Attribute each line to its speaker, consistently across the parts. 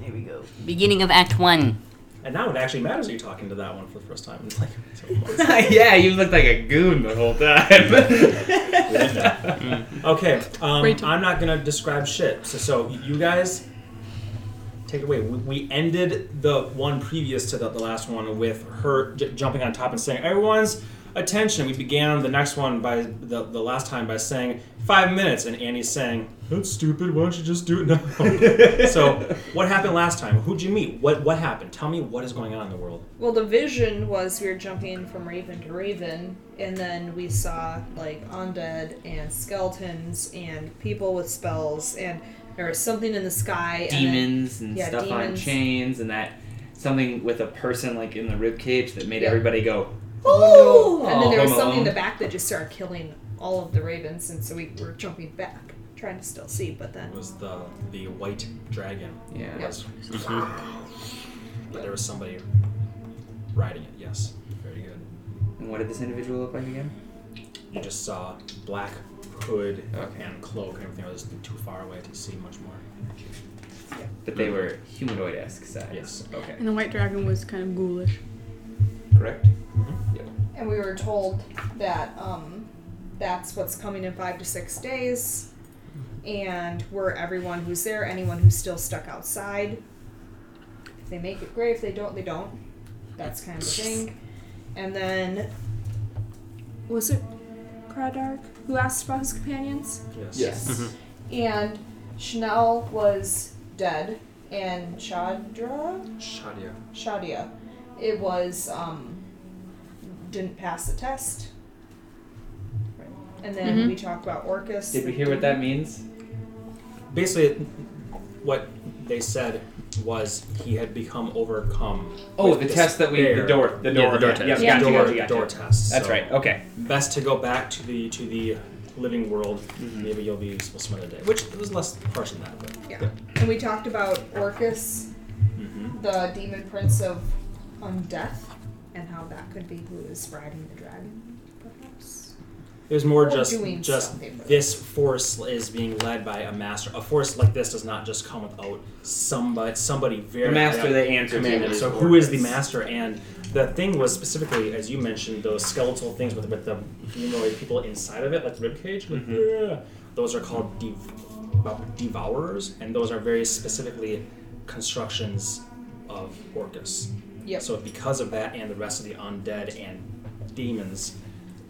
Speaker 1: here we go.
Speaker 2: Beginning of Act One.
Speaker 3: And now it actually matters that you're talking to that one for the first time. It's like, so close.
Speaker 4: yeah, you looked like a goon the whole time.
Speaker 3: okay, um,
Speaker 5: Great.
Speaker 3: I'm not gonna describe shit. So, so you guys take it away. We, we ended the one previous to the, the last one with her j- jumping on top and saying, "Everyone's attention." We began the next one by the, the last time by saying five minutes, and Annie's saying, "That's stupid. Why don't you just do it now?" so, what happened last time? Who'd you meet? What what happened? Tell me what is going on in the world.
Speaker 5: Well, the vision was we were jumping from raven to raven, and then we saw like undead and skeletons and people with spells, and there was something in the sky. And then-
Speaker 4: demons and
Speaker 5: Yeah,
Speaker 4: stuff on
Speaker 5: demons.
Speaker 4: chains and that something with a person like in the rib cage that made
Speaker 5: Yeah.
Speaker 4: everybody go.
Speaker 5: oh! And then there was
Speaker 4: Home
Speaker 5: something in the
Speaker 4: Alone.
Speaker 5: back that just started killing all of the ravens, and so we were jumping back, trying to still see, but then
Speaker 3: was the the white dragon.
Speaker 4: Yeah.
Speaker 3: Was, But there was somebody riding it. Yes, very good.
Speaker 4: And what did this individual look like again?
Speaker 3: You just saw black hood
Speaker 4: Okay.
Speaker 3: and cloak and everything was too far away to see much more.
Speaker 4: But they were humanoid esque size.
Speaker 3: Yes.
Speaker 4: Okay.
Speaker 6: And the white dragon was kind of ghoulish.
Speaker 4: Correct.
Speaker 3: Mm-hmm.
Speaker 5: and we were told that um, that's what's coming in five to six days and we're everyone who's there anyone who's still stuck outside if they make it great if they don't they don't that's kind of the thing and then was it Kradark who asked about his companions
Speaker 3: Yes.
Speaker 4: Mm-hmm.
Speaker 5: and Chanel was dead and Chadra
Speaker 3: Shadia.
Speaker 5: Shadia. It was um didn't pass the test. And then we talked about Orcus.
Speaker 4: Did we hear what that means?
Speaker 3: Basically, what they said was he had become overcome.
Speaker 4: Oh,
Speaker 3: with
Speaker 4: the
Speaker 3: this
Speaker 4: test that we
Speaker 3: bear.
Speaker 4: the door the door
Speaker 1: Yeah, the door
Speaker 4: Yeah,
Speaker 1: test.
Speaker 4: yeah, gotcha,
Speaker 3: door,
Speaker 4: gotcha, gotcha.
Speaker 3: door test.
Speaker 4: That's
Speaker 3: so
Speaker 4: right. Okay.
Speaker 3: Best to go back to the to the living world.
Speaker 4: Mm-hmm.
Speaker 3: Maybe you'll be useful some other day. Which it was less harsh than that, but
Speaker 5: Yeah. And we talked about Orcus,
Speaker 3: Mm-hmm.
Speaker 5: the demon prince of undeath, and how that could be who is riding the dragon, perhaps.
Speaker 3: It was more
Speaker 5: Or
Speaker 3: just
Speaker 5: doing
Speaker 3: just
Speaker 5: something for
Speaker 3: this force is being led by a master. A force like this does not just come without somebody somebody very
Speaker 4: The
Speaker 3: high
Speaker 4: master
Speaker 3: up
Speaker 4: they answer to.
Speaker 3: commanded.
Speaker 4: is
Speaker 3: So who is the
Speaker 4: Orcus.
Speaker 3: master? And the thing was specifically, as you mentioned, those skeletal things with with the humanoid people inside of it, like the ribcage. Like,
Speaker 4: Mm-hmm.
Speaker 3: "Yeah." Those are called dev- devourers, and those are very specifically constructions of Orcus.
Speaker 5: Yep.
Speaker 3: So because of that, and the rest of the undead and demons,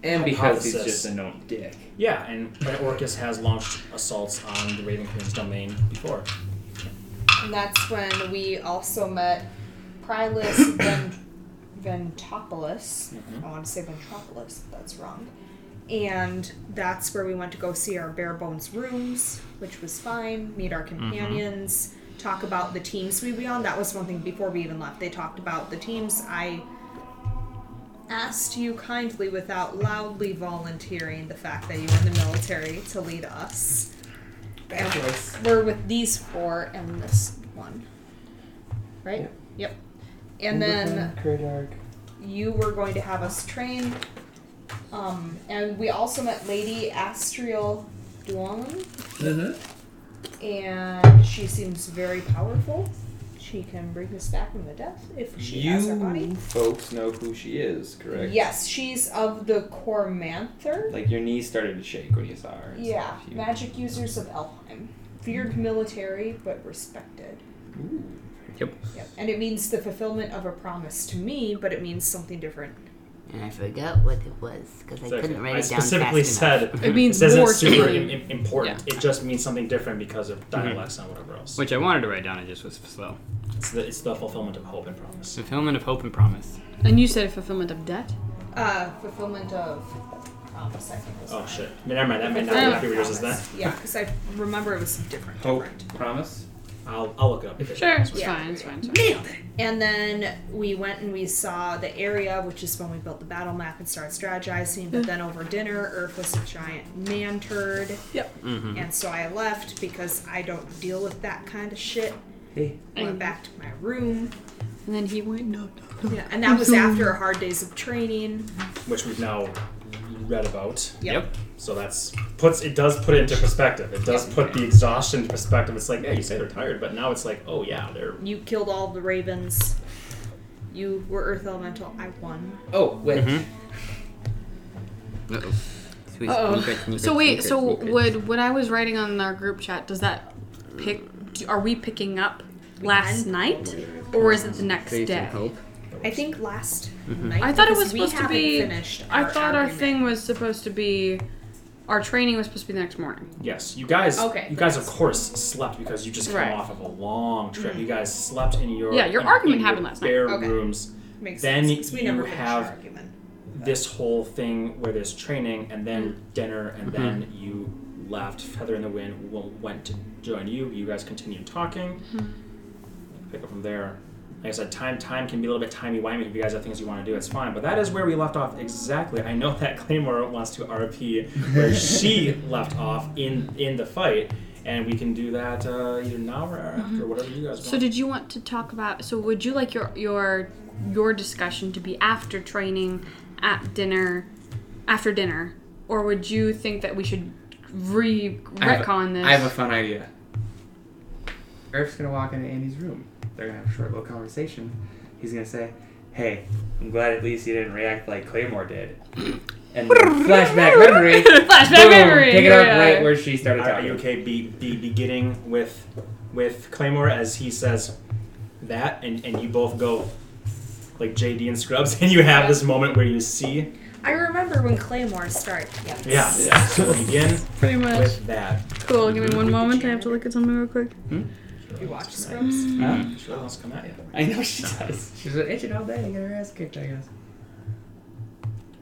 Speaker 4: And because he's
Speaker 3: Hypothesis.
Speaker 4: just a known dick.
Speaker 3: yeah, and but Orcus has launched assaults on the Raven Queen's domain before.
Speaker 5: And that's when we also met Prilus Ven- Ventopolis. I want to say Ventropolis, but that's wrong. And that's where we went to go see our bare bones rooms, which was fine, meet our companions, talk about the teams we'd be on. That was one thing before we even left. They talked about the teams. I asked you kindly without loudly volunteering the fact that you were in the military to lead us. And We're with these four and this one. Right? Yep. And then you were going to have us train. Um, and we also met Lady Astriel Duong.
Speaker 4: Mm-hmm.
Speaker 5: And she seems very powerful. She can bring us back from the death if she has her body.
Speaker 4: You folks know who she is, correct?
Speaker 5: Yes, she's of the Cormanther.
Speaker 4: Like your knees started to shake when you saw her. and
Speaker 5: Yeah,
Speaker 4: stuff. You-
Speaker 5: magic users of Elheim. Feared military, but respected.
Speaker 4: Ooh.
Speaker 5: Yep. And it means the fulfillment of a promise to me, but it means something different.
Speaker 2: And I forgot what it was because I couldn't write it down
Speaker 3: specifically
Speaker 2: fast enough.
Speaker 3: said
Speaker 1: It means
Speaker 3: says
Speaker 1: more
Speaker 3: it's super
Speaker 1: to
Speaker 3: im-
Speaker 1: me.
Speaker 3: im- important. It just means something different because of
Speaker 2: Mm-hmm.
Speaker 3: dialects and whatever else.
Speaker 1: Which I wanted to write down, it just was slow.
Speaker 3: It's the, it's the fulfillment of hope and promise.
Speaker 1: Fulfillment of hope and promise.
Speaker 6: And you said fulfillment of debt?
Speaker 5: Uh, fulfillment of promise, I think.
Speaker 2: Mm-hmm.
Speaker 5: Was
Speaker 3: Oh shit! Never mind. That Oh. may not be what yours is then.
Speaker 5: Yeah, because I remember it was different.
Speaker 4: Hope, promise.
Speaker 3: I'll, I'll look it up. if it-
Speaker 6: Sure, it's
Speaker 5: Yeah.
Speaker 6: fine, it's fine, it's fine.
Speaker 5: And then we went and we saw the area, which is when we built the battle map and started strategizing. But then over dinner, Earth was a giant man turd.
Speaker 6: Yep.
Speaker 3: Mm-hmm.
Speaker 5: And so I left because I don't deal with that kind of shit.
Speaker 4: Hey.
Speaker 5: Went
Speaker 6: And-
Speaker 5: back to my room.
Speaker 6: And then he went, no, no, no.
Speaker 5: Yeah, and that was after a hard days of training.
Speaker 3: Which we've now read about.
Speaker 5: Yep.
Speaker 3: So that's puts it does put it into perspective. It does put the exhaustion into perspective. It's like, yeah, you say they're tired, but now it's like, oh yeah, they're
Speaker 5: You killed all the ravens. You were Earth Elemental. I won.
Speaker 4: Oh wait.
Speaker 1: Mhm. Uh-oh. Sweet
Speaker 6: Uh-oh.
Speaker 1: sneaker, sneaker,
Speaker 6: So wait,
Speaker 1: sneaker,
Speaker 6: so
Speaker 1: sneaker.
Speaker 6: would what I was writing on our group chat does that pick? do- Are we picking up last night, or is it the next
Speaker 1: Faith and
Speaker 6: day?
Speaker 1: hope.
Speaker 5: I think last
Speaker 4: Mm-hmm.
Speaker 5: night.
Speaker 6: I thought it
Speaker 5: because
Speaker 6: was
Speaker 5: we
Speaker 6: supposed to
Speaker 5: haven't
Speaker 6: be.
Speaker 5: Finished
Speaker 6: I thought our
Speaker 5: agreement.
Speaker 6: thing was supposed to be. Our training was supposed to be the next morning.
Speaker 3: Yes, you guys.
Speaker 6: Okay,
Speaker 3: You guys, of course, slept because you just came
Speaker 6: Right. Mm-hmm.
Speaker 3: off of a long trip. You guys slept in your
Speaker 6: Yeah, your
Speaker 3: in-
Speaker 6: argument
Speaker 3: in your
Speaker 6: happened last night.
Speaker 3: bare
Speaker 5: Okay.
Speaker 3: rooms.
Speaker 5: Makes
Speaker 3: Then
Speaker 5: sense, 'cause we
Speaker 3: you
Speaker 5: never finished
Speaker 3: have-
Speaker 5: our argument.
Speaker 3: This whole thing where there's training and then
Speaker 6: Mm-hmm.
Speaker 3: dinner and then you left. Feather in the Wind w- went to join you. You guys continued talking.
Speaker 6: Mm-hmm.
Speaker 3: Pick up from there. Like I said, time time can be a little bit timey wimey. If you guys have things you want to do, it's fine. But that is where we left off exactly. I know that Claymore wants to RP where she left off in in the fight, and we can do that uh, either now or after, whatever you guys want.
Speaker 6: Mm-hmm. So did you want to talk about? So would you like your your your discussion to be after training, at dinner, after dinner, or would you think that we should re
Speaker 4: I have-
Speaker 6: retcon this?
Speaker 4: I have a fun idea. Erf's gonna walk into Andy's room. They're gonna have a short little conversation. He's gonna say, "Hey, I'm glad at least you didn't react like Claymore did." And then flashback memory.
Speaker 6: Flashback
Speaker 4: boom,
Speaker 6: memory,
Speaker 4: Pick it up
Speaker 6: yeah.
Speaker 4: right where she started
Speaker 3: Are, are
Speaker 4: talking.
Speaker 3: you okay be, be beginning with with Claymore as he says that and, and you both go like JD and Scrubs and you have this moment where you see
Speaker 5: I remember when Claymore started. Yes.
Speaker 3: yeah, so begin
Speaker 6: Pretty much.
Speaker 3: with that
Speaker 6: Cool. Give me one moment. I have to look at something real quick.
Speaker 5: You watch Scrubs?
Speaker 3: Hmm.
Speaker 4: Huh?
Speaker 3: Sure, let's come at you.
Speaker 4: I know she does. She's been itching all day to get her ass kicked, I guess.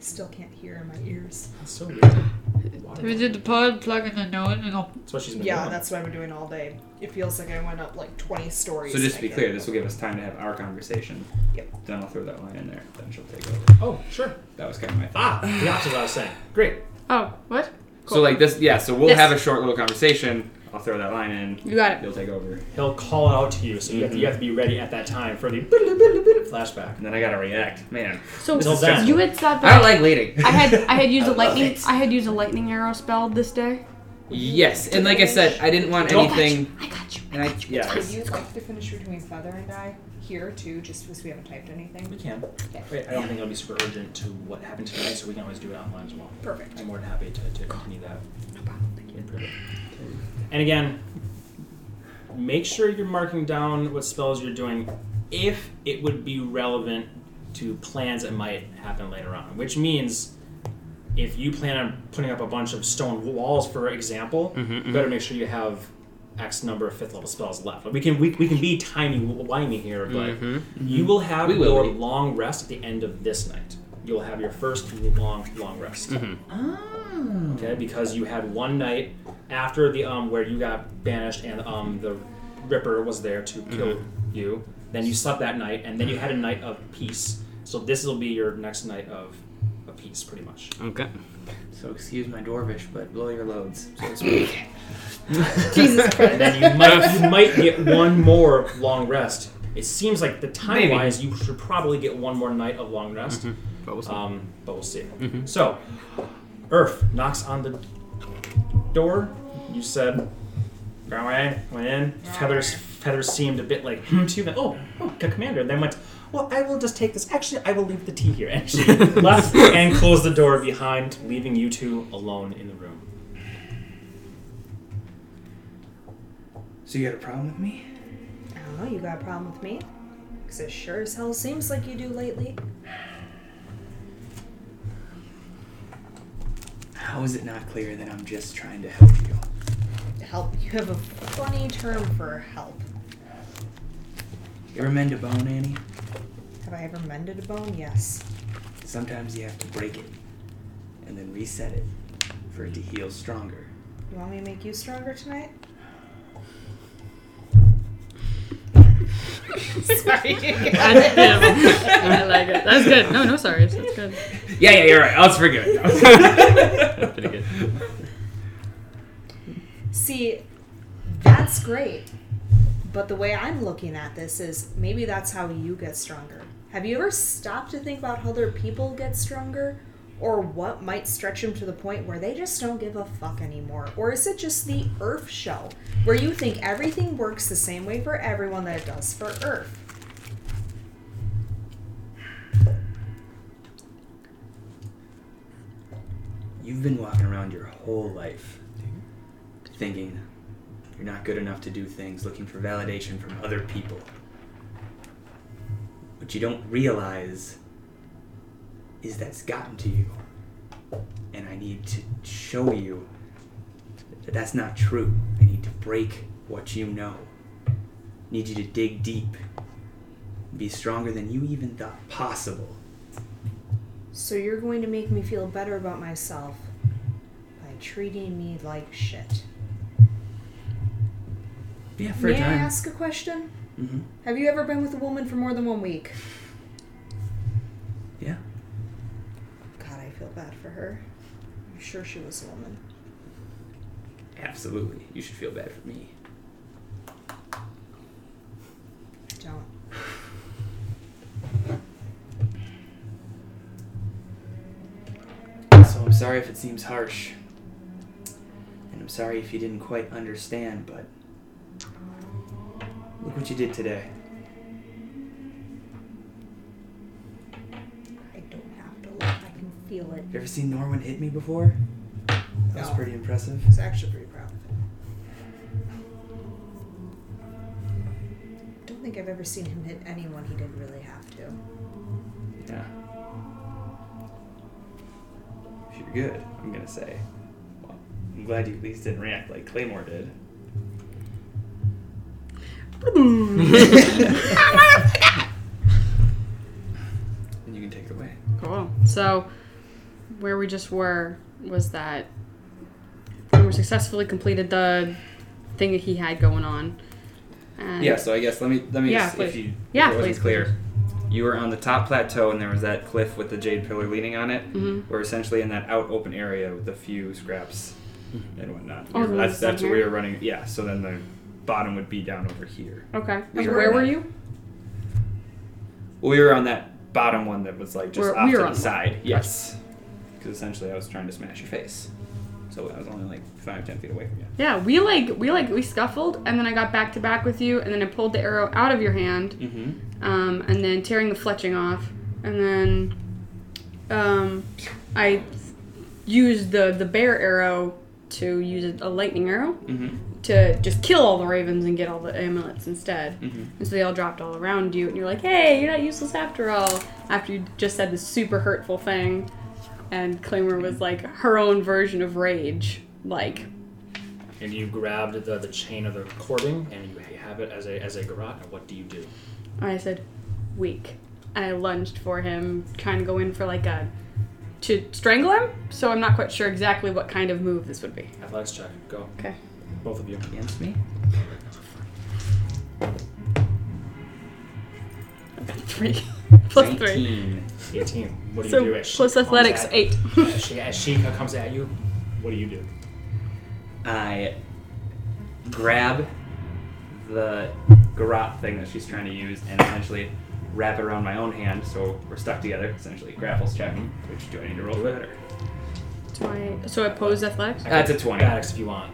Speaker 5: Still can't hear in my ears.
Speaker 3: That's so weird. That's
Speaker 7: We did the pod plug in the nose and all.
Speaker 3: what she's been
Speaker 5: Yeah,
Speaker 3: doing.
Speaker 5: that's what I've been doing all day. It feels like I went up like 20 stories.
Speaker 4: So just to be
Speaker 5: I
Speaker 4: clear,
Speaker 5: did.
Speaker 4: this will give us time to have our conversation.
Speaker 5: Yep.
Speaker 4: Then I'll throw that line in there. Then she'll take over.
Speaker 3: Oh, sure.
Speaker 4: That was kind of my thought.
Speaker 3: Ah, the opposite of what I was saying. Great.
Speaker 6: Oh, what?
Speaker 4: So like this, yeah. So we'll
Speaker 6: Yes.
Speaker 4: have a short little conversation. I'll throw that line in.
Speaker 6: You got it.
Speaker 4: You'll take over,
Speaker 3: He'll call out to you, so you, have, to, you have to be ready at that time for the flashback.
Speaker 4: and then I gotta react. Man,
Speaker 6: So
Speaker 3: Until then.
Speaker 6: you had said
Speaker 4: I
Speaker 6: that
Speaker 4: don't like leading.
Speaker 6: I had I had used
Speaker 4: I
Speaker 6: a
Speaker 4: love
Speaker 6: lightning
Speaker 4: it.
Speaker 6: I had used a lightning arrow spell this day.
Speaker 4: Yes, and like I said, I didn't want
Speaker 3: Don't-
Speaker 4: anything.
Speaker 6: I got you.
Speaker 4: And I yeah.
Speaker 5: Would you like to finish between Feather and I here too, just because we haven't typed anything?
Speaker 3: We can.
Speaker 5: Okay.
Speaker 3: Wait, I don't think it'll be super urgent to what happened tonight, so we can always do it online as well.
Speaker 5: Perfect.
Speaker 3: I'm more than happy to, to continue that.
Speaker 5: No problem. Thank you.
Speaker 3: And again, make sure you're marking down what spells you're doing if it would be relevant to plans that might happen later on. Which means if you plan on putting up a bunch of stone walls, for example,
Speaker 4: Mm-hmm.
Speaker 1: Mm-hmm,
Speaker 3: you better make sure you have X number of fifth level spells left. Like, we can we, we can be timey wimey here,
Speaker 1: mm-hmm.
Speaker 3: but you will have
Speaker 4: Mm-hmm. We will
Speaker 3: your
Speaker 4: be.
Speaker 3: long rest at the end of this night. You'll have your first long long rest.
Speaker 1: mm-hmm.
Speaker 6: Ah.
Speaker 3: Okay, because you had one night after the um where you got banished and um the Ripper was there to kill you. Then you slept that night, and then you had a night of peace. So this will be your next night of a peace, pretty much.
Speaker 1: Okay.
Speaker 4: So excuse my dwarvish, but blow your loads.
Speaker 6: Jesus
Speaker 3: And
Speaker 6: Christ.
Speaker 3: then you might you might get one more long rest. It seems like the time wise, you should probably get one more night of long rest.
Speaker 1: What was that?
Speaker 3: Um, but we'll see.
Speaker 1: Mm-hmm.
Speaker 3: So, Earth knocks on the door. You said, "Brown way, went in." Feathers, feathers seemed a bit like hmm to you. Then, oh, oh, c- commander. Then went, "Well, I will just take this. Actually, I will leave the tea here." And she left and closed the door behind, leaving you two alone in the room.
Speaker 4: So you got a problem with me?
Speaker 5: I don't know, you got a problem with me? Because it sure as hell seems like you do lately.
Speaker 4: How is it not clear that I'm just trying to help you?
Speaker 5: Help. You have a funny term for help.
Speaker 4: You ever mend a bone, Annie?
Speaker 5: Have I ever mended a bone? Yes.
Speaker 4: Sometimes you have to break it, and then reset it, for it to heal stronger.
Speaker 5: You want me to make you stronger tonight?
Speaker 6: I like it. That's good. No, no, sorry. That's good.
Speaker 4: Yeah, yeah, you're right. I'll forgive it.
Speaker 1: That's pretty good.
Speaker 5: See, that's great. But the way I'm looking at this is maybe that's how you get stronger. Have you ever stopped to think about how other people get stronger? or what might stretch them to the point where they just don't give a fuck anymore? Or is it just the Earth show, where you think everything works the same way for everyone that it does for Earth?
Speaker 4: You've been walking around your whole life thinking you're not good enough to do things, looking for validation from other people. What you don't realize is that's gotten to you. And I need to show you that that's not true. I need to break what you know. need you to dig deep. Be stronger than you even thought possible.
Speaker 5: So you're going to make me feel better about myself by treating me like shit.
Speaker 4: Yeah, for
Speaker 5: May
Speaker 4: a
Speaker 5: I
Speaker 4: time.
Speaker 5: ask a question?
Speaker 4: hmm
Speaker 5: Have you ever been with a woman for more than one week?
Speaker 4: Yeah.
Speaker 5: God, I feel bad for her. I'm sure she was a woman.
Speaker 4: Absolutely. You should feel bad for me.
Speaker 5: I don't.
Speaker 4: So I'm sorry if it seems harsh. And I'm sorry if you didn't quite understand, but look what you did today.
Speaker 5: I don't have to look. I can feel it.
Speaker 4: Have you ever seen Norwin hit me before? That was
Speaker 5: No.
Speaker 4: pretty impressive.
Speaker 5: I was actually pretty proud of him. Don't think I've ever seen him hit anyone he didn't really have to.
Speaker 4: Yeah. If you're good, I'm gonna say. Well, I'm glad you at least didn't react like Claymore did. and you can take it away.
Speaker 6: Cool. So, where we just were was that we successfully completed the thing that he had going on. And
Speaker 4: Yeah, so I guess let me let me
Speaker 6: Yeah,
Speaker 4: just, if
Speaker 6: please.
Speaker 4: you
Speaker 6: Yeah,
Speaker 4: if it wasn't
Speaker 6: please,
Speaker 4: clear. You were on the top plateau and there was that cliff with the jade pillar leaning on it.
Speaker 6: Mhm.
Speaker 4: We're essentially in that out open area with a few scraps and whatnot.
Speaker 6: Oh, the
Speaker 4: that's
Speaker 6: ones down
Speaker 4: that's where we
Speaker 6: here?
Speaker 4: were running yeah, so then the bottom would be down over here.
Speaker 6: Okay.
Speaker 4: We
Speaker 6: So
Speaker 4: were
Speaker 6: where
Speaker 4: on
Speaker 6: were
Speaker 4: that.
Speaker 6: you?
Speaker 4: Well, we were on that bottom one that was like just
Speaker 6: We're-
Speaker 4: off
Speaker 6: we
Speaker 4: to
Speaker 6: were
Speaker 4: the
Speaker 6: on-
Speaker 4: side. Yes. Because essentially I was trying to smash your face. So I was only like five, ten feet away from you.
Speaker 6: Yeah, we like we like we scuffled, and then I got back to back with you, and then I pulled the arrow out of your hand,
Speaker 4: Mm-hmm.
Speaker 6: um, and then tearing the fletching off, and then um, I used the the bear arrow to use a, a lightning arrow
Speaker 4: Mm-hmm.
Speaker 6: to just kill all the ravens and get all the amulets instead.
Speaker 4: Mm-hmm.
Speaker 6: And so they all dropped all around you, and you're like, hey, you're not useless after all. After you just said this super hurtful thing. And Claymore was like her own version of rage. Like,
Speaker 3: And you grabbed the, the chain of the cording and you have it as a as a garrote. And what do you do?
Speaker 6: and I said, weak. And I lunged for him, trying to go in for like a. to strangle him? So I'm not quite sure exactly what kind of move this would be.
Speaker 3: Athletics check. Go.
Speaker 6: Okay.
Speaker 3: Both of you.
Speaker 4: Against me?
Speaker 6: Three. plus three.
Speaker 4: 19.
Speaker 3: 18. What do
Speaker 6: So
Speaker 3: you do? As she
Speaker 6: plus
Speaker 3: comes
Speaker 6: athletics,
Speaker 3: at-
Speaker 6: eight.
Speaker 3: As she, as she comes at you, what do you do?
Speaker 4: I grab the garrote thing that she's trying to use and essentially wrap it around my own hand so we're stuck together, essentially grapples check. Which do I need to roll for that? Or?
Speaker 6: Do I- so I posed athletics?
Speaker 4: That's a 20.
Speaker 3: Athletics if you want.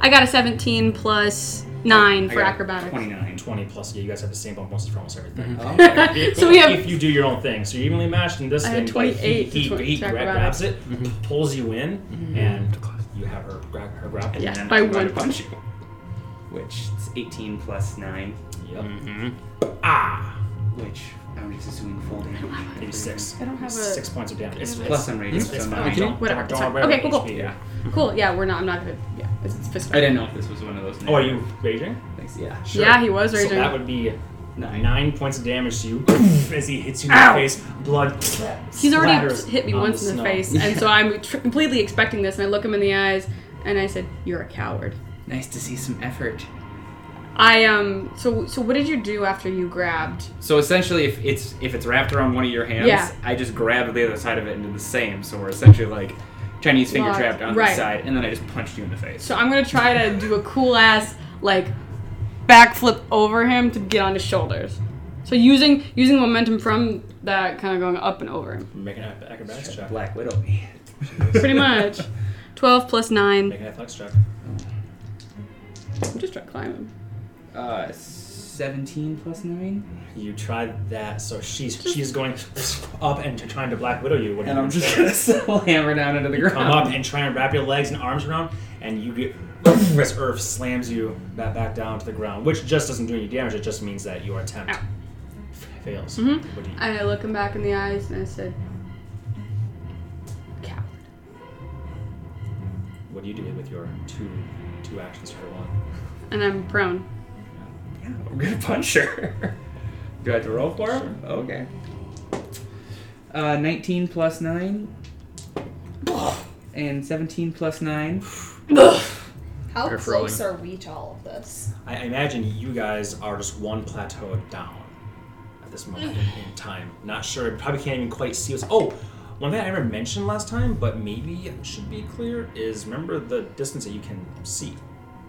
Speaker 6: I got a 17 plus 9
Speaker 4: I
Speaker 6: for
Speaker 4: got
Speaker 6: acrobatics.
Speaker 4: 29.
Speaker 3: 20 plus, yeah, you guys have the same bonuses for almost everything.
Speaker 4: Okay.
Speaker 3: Mm-hmm.
Speaker 6: So we have-
Speaker 3: if you do your own thing, so you're evenly matched in this
Speaker 6: I
Speaker 3: thing.
Speaker 6: had
Speaker 3: but he
Speaker 6: 28
Speaker 3: he,
Speaker 6: to
Speaker 3: he
Speaker 6: check
Speaker 3: gra-
Speaker 6: around.
Speaker 3: grabs it, pulls you in, and you have her grab her grapple.
Speaker 6: Yeah,
Speaker 4: then
Speaker 6: by
Speaker 4: I'm going to
Speaker 6: one.
Speaker 4: punch you. Which it's 18 plus 9,
Speaker 3: Yep.
Speaker 1: Mm-hmm.
Speaker 3: Ah,
Speaker 4: which I'm just assuming full damage.
Speaker 3: maybe six.
Speaker 6: I don't have a-
Speaker 3: six points of damage. It's,
Speaker 4: Plus I'm raging,
Speaker 3: it's,
Speaker 4: so
Speaker 3: it's
Speaker 4: I'm
Speaker 3: fine.
Speaker 4: not.
Speaker 3: Don't,
Speaker 6: Whatever,
Speaker 3: don't,
Speaker 6: it's
Speaker 3: don't
Speaker 6: fine.
Speaker 3: worry
Speaker 6: Okay,
Speaker 3: about
Speaker 6: cool,
Speaker 3: HP.
Speaker 6: cool.
Speaker 4: Yeah.
Speaker 6: Cool. Yeah, we're not. I'm not gonna. Yeah, it's, it's fist
Speaker 4: I didn't know if this was one of those.
Speaker 3: Oh, are you raging?
Speaker 4: Thanks, yeah.
Speaker 3: Sure.
Speaker 6: Yeah, he was raging.
Speaker 3: So that would be
Speaker 4: Nine.
Speaker 3: nine points of damage to you as he hits you in the
Speaker 6: Ow.
Speaker 3: face. Blood.
Speaker 6: He's already
Speaker 3: splatters
Speaker 6: hit me
Speaker 3: on
Speaker 6: once in the
Speaker 3: snow.
Speaker 6: face, and so I'm tr- completely expecting this. And I look him in the eyes, and I said, "You're a coward."
Speaker 4: Nice to see some effort.
Speaker 6: I um. So so what did you do after you grabbed?
Speaker 4: So essentially, if it's if it's wrapped around one of your hands,
Speaker 6: Yeah.
Speaker 4: I just grab the other side of it and do the same. So we're essentially like Chinese finger
Speaker 6: Locked.
Speaker 4: trapped on
Speaker 6: Right.
Speaker 4: the side, and then I just punched you in the face.
Speaker 6: So I'm gonna try to do a cool ass like backflip over him to get on his shoulders. So using using momentum from that, kind of going up and over.
Speaker 3: Make an ac- acrobatics check.
Speaker 4: Black Widow me.
Speaker 6: Pretty much. Twelve plus nine.
Speaker 3: Make an athletics check.
Speaker 6: I'm just trying to climb.
Speaker 4: Uh, 17 plus 9?
Speaker 3: You tried that, so she's she's going up and t- trying to black widow you. What are
Speaker 4: And
Speaker 3: you
Speaker 4: I'm
Speaker 3: gonna
Speaker 4: just
Speaker 3: say?
Speaker 4: gonna slammer down into the ground.
Speaker 3: come up and try and wrap your legs and arms around, and you get as Earth slams you back, back down to the ground, which just doesn't do any damage. It just means that your attempt
Speaker 6: Ow.
Speaker 3: fails.
Speaker 6: Mhm.
Speaker 3: What do you-
Speaker 6: I look him back in the eyes and I said, "Coward."
Speaker 3: what do you do with your two two actions for one?
Speaker 6: And I'm prone.
Speaker 4: Yeah, I'm gonna punch her. Do I have to roll for him? Okay. Uh, 19 plus 9. And 17 plus 9.
Speaker 5: How
Speaker 1: They're
Speaker 5: close are we to all of this?
Speaker 3: I I imagine you guys are just one plateau down at this moment in in time. Not sure. Probably can't even quite see us. Oh, one thing I never mentioned last time, but maybe it should be clear is remember the distance that you can see.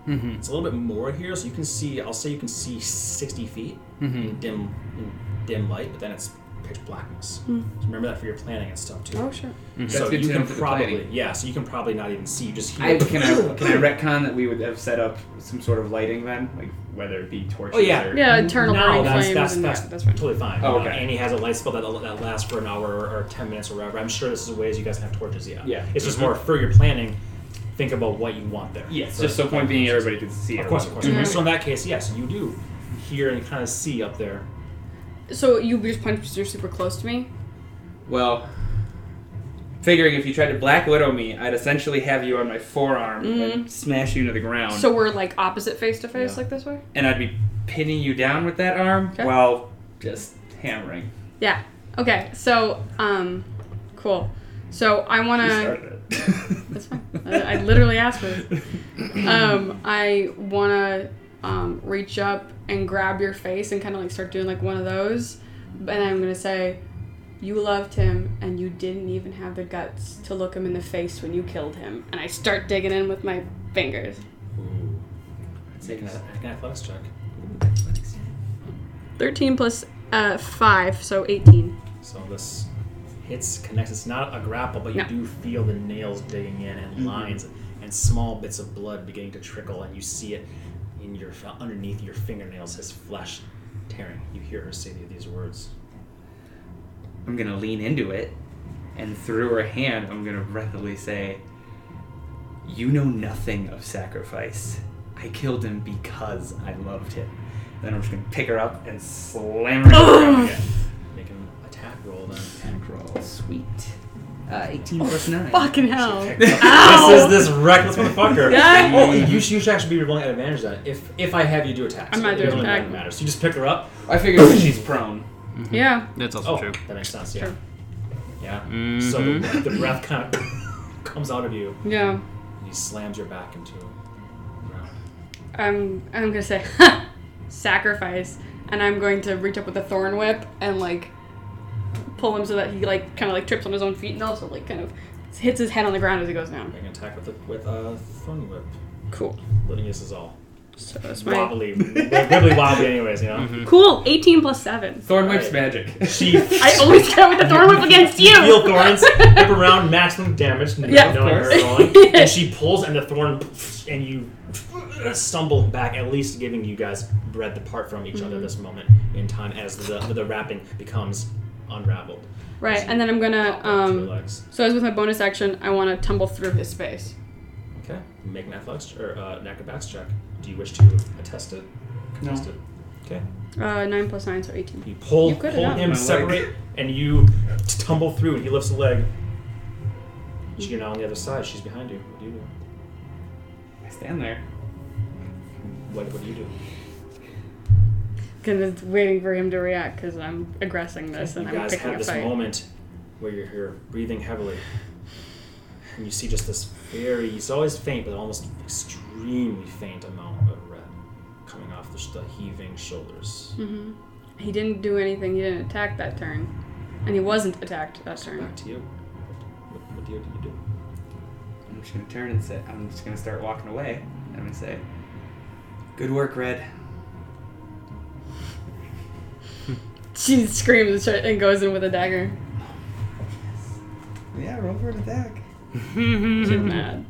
Speaker 4: Mm-hmm.
Speaker 3: It's a little bit more here, so you can see. I'll say you can see sixty feet
Speaker 4: Mm-hmm.
Speaker 3: in dim in dim light, but then it's pitch blackness. So remember that for your planning and stuff too.
Speaker 6: shit.
Speaker 4: Mm-hmm. That's
Speaker 3: So
Speaker 4: good
Speaker 3: you
Speaker 4: to know
Speaker 3: can
Speaker 4: for the
Speaker 3: probably
Speaker 4: planning.
Speaker 3: yeah. So you can probably not even see. You just
Speaker 4: I,
Speaker 3: hear.
Speaker 4: can I can I retcon that we would have set up some sort of lighting then, like whether it be torches
Speaker 3: Oh, yeah.
Speaker 4: or
Speaker 6: Yeah, eternal
Speaker 3: no,
Speaker 6: burning
Speaker 3: that's,
Speaker 6: flames.
Speaker 3: that's,
Speaker 6: and
Speaker 3: that's,
Speaker 6: yeah, that's fine.
Speaker 3: totally fine.
Speaker 4: Oh,
Speaker 3: Uh,
Speaker 4: okay.
Speaker 3: Annie has a light spell that, that lasts for an hour or, or 10 minutes or whatever. I'm sure this is ways you guys can have torches, yeah.
Speaker 4: Yeah. Mm-hmm.
Speaker 3: It's just more for your planning, think about what you want there.
Speaker 4: Yes, just so Mm-hmm. point being everybody can see.
Speaker 3: Of course, of course.
Speaker 4: everyone.
Speaker 3: So in that case, yes, you do hear and kind of see up there.
Speaker 6: So you just punch because you're super close to me.
Speaker 4: Well, figuring if you tried to black widow me, I'd essentially have you on my forearm and smash you into the ground,
Speaker 6: Mm. So we're like opposite face to face,
Speaker 3: Yeah.
Speaker 6: like this way.
Speaker 4: and I'd be pinning you down with that arm
Speaker 6: Okay.
Speaker 4: while just hammering.
Speaker 6: Yeah. Okay. So um, cool. So I
Speaker 4: You
Speaker 6: wanna.
Speaker 4: started it.
Speaker 6: That's fine. I, I literally asked for this. Um, I wanna um, reach up and grab your face and kind of like start doing like one of those, and I'm gonna say, you loved him and you didn't even have the guts to look him in the face when you killed him, and I start digging in with my fingers.
Speaker 3: Ooh. Make an, make an athletics check.
Speaker 6: Thirteen plus uh, five, so eighteen.
Speaker 3: So this hits, connects. It's not a grapple, but you
Speaker 6: No.
Speaker 3: do feel the nails digging in and lines and small bits of blood beginning to trickle, and you see it in your underneath your fingernails, his flesh tearing. You hear her say these words.
Speaker 4: I'm gonna lean into it, and through her hand, I'm gonna breathlessly say, "You know nothing of sacrifice. I killed him because I loved him." Then I'm just gonna pick her up and slam her. into the ground again.
Speaker 3: Make an attack roll then.
Speaker 4: Attack roll, sweet. Uh, 18 plus 9.
Speaker 6: Fucking hell. Ow!
Speaker 3: this is this reckless motherfucker.
Speaker 6: Yeah.
Speaker 3: Oh, you, should- you should actually be rolling at advantage then. If if I have you do attacks,
Speaker 6: I'm not
Speaker 3: It
Speaker 6: doing
Speaker 3: doesn't really
Speaker 6: attack.
Speaker 3: matter. So you just pick her up.
Speaker 4: I figured that she's prone.
Speaker 6: Yeah.
Speaker 1: That's also
Speaker 3: Oh,
Speaker 1: true. Mm-hmm.
Speaker 3: that makes sense. Yeah.
Speaker 6: True.
Speaker 3: Yeah. So the, the breath kind of comes out of you.
Speaker 6: Yeah.
Speaker 3: And he slams your back into the ground.
Speaker 6: I'm I'm gonna say sacrifice, and I'm going to reach up with a thorn whip and like pull him so that he like kind of like trips on his own feet and also like kind of hits his head on the ground as he goes down.
Speaker 3: Make an attack with a, with a thorn whip.
Speaker 6: Cool.
Speaker 3: Linnaeus is all
Speaker 6: So that's my
Speaker 3: wobbly, wibbly wobbly, anyways. You know.
Speaker 6: cool. 18 plus seven.
Speaker 4: Thorn Whip's
Speaker 3: Right.
Speaker 4: magic.
Speaker 3: She
Speaker 6: I always get with the thorn whip against you.
Speaker 3: Feel thorns, whip around, maximum damage, not
Speaker 6: Yeah, of
Speaker 3: knowing
Speaker 4: course.
Speaker 3: where you're going. And she pulls, and the thorn, and you stumble back, at least giving you guys breadth apart from each
Speaker 6: Mm-hmm.
Speaker 3: other this moment in time as the, the wrapping becomes unraveled.
Speaker 6: Right, and then I'm gonna
Speaker 3: to your
Speaker 6: um.
Speaker 3: legs.
Speaker 6: So as with my bonus action, I want to tumble through his space.
Speaker 3: Okay. Make an athletics or uh, an acrobatics check. Do you wish to attest it?
Speaker 4: No.
Speaker 3: Contest it? Okay.
Speaker 6: Uh, nine plus nine, so 18.
Speaker 3: You pull,
Speaker 6: You
Speaker 3: pull
Speaker 6: could have
Speaker 3: him,
Speaker 4: My leg.
Speaker 3: separate, and you t- tumble through, and he lifts a leg. She- You're now on the other side. She's behind you. What do you do?
Speaker 4: I stand there.
Speaker 3: What, what do you do?
Speaker 6: Because it's waiting for him to react because I'm aggressing this and
Speaker 3: you
Speaker 6: I'm
Speaker 3: guys
Speaker 6: picking
Speaker 3: have
Speaker 6: a
Speaker 3: this
Speaker 6: fight.
Speaker 3: moment where you're, you're breathing heavily, and you see just this very, it's always faint, but almost extremely faint amount of red coming off the, sh- the heaving shoulders.
Speaker 6: hmm He didn't do anything. He didn't attack that turn, and he wasn't attacked that turn.
Speaker 3: Back to you. What, what do you do?
Speaker 4: I'm just gonna turn and sit. I'm just gonna start walking away. And I'm gonna say, Good work, Red.
Speaker 6: She screams and, start, and goes in with a dagger.
Speaker 4: Yeah, roll for an attack.
Speaker 6: She's mad.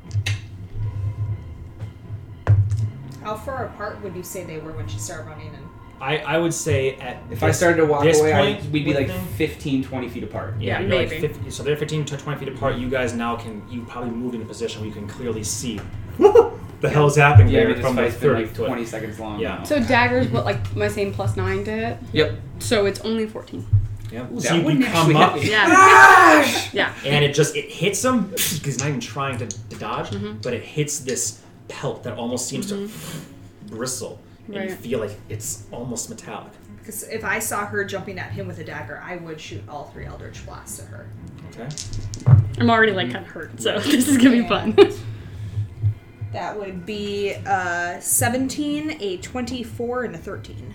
Speaker 5: How far apart would you say they were when she started running? And
Speaker 3: I, I would say at
Speaker 4: If
Speaker 3: this,
Speaker 4: I started to walk
Speaker 3: this
Speaker 4: away, I,
Speaker 3: point
Speaker 4: we'd be
Speaker 3: with
Speaker 4: like
Speaker 3: them-
Speaker 4: 15, 20 feet apart.
Speaker 3: yeah, you're like
Speaker 6: Maybe.
Speaker 3: 50, so they're 15 to 20 feet apart. You guys now can you probably moved in a position where you can clearly see the hell's happening
Speaker 4: Yeah, I
Speaker 3: there
Speaker 4: mean, this
Speaker 3: from the
Speaker 4: fight's been
Speaker 3: 30
Speaker 4: like
Speaker 3: foot.
Speaker 4: 20 seconds long.
Speaker 3: Yeah.
Speaker 4: now.
Speaker 6: So daggers, what like my same plus nine to hit,
Speaker 4: Yep.
Speaker 6: so it's only fourteen.
Speaker 3: Yeah.
Speaker 4: That
Speaker 3: So you
Speaker 4: wouldn't
Speaker 3: come
Speaker 4: actually
Speaker 3: up
Speaker 4: hit me.
Speaker 6: Yeah. yeah.
Speaker 3: and it just it hits him because he's not even trying to, to dodge,
Speaker 4: Mm-hmm.
Speaker 3: but it hits this pelt that almost seems
Speaker 4: Mm-hmm.
Speaker 3: to bristle, and you
Speaker 6: Right.
Speaker 3: feel like it's almost metallic.
Speaker 5: because if I saw her jumping at him with a dagger, I would shoot all three eldritch blasts at her.
Speaker 3: Okay.
Speaker 6: I'm already like kind of hurt, so this is gonna be fun.
Speaker 5: That would be a 17, a 24, and a 13.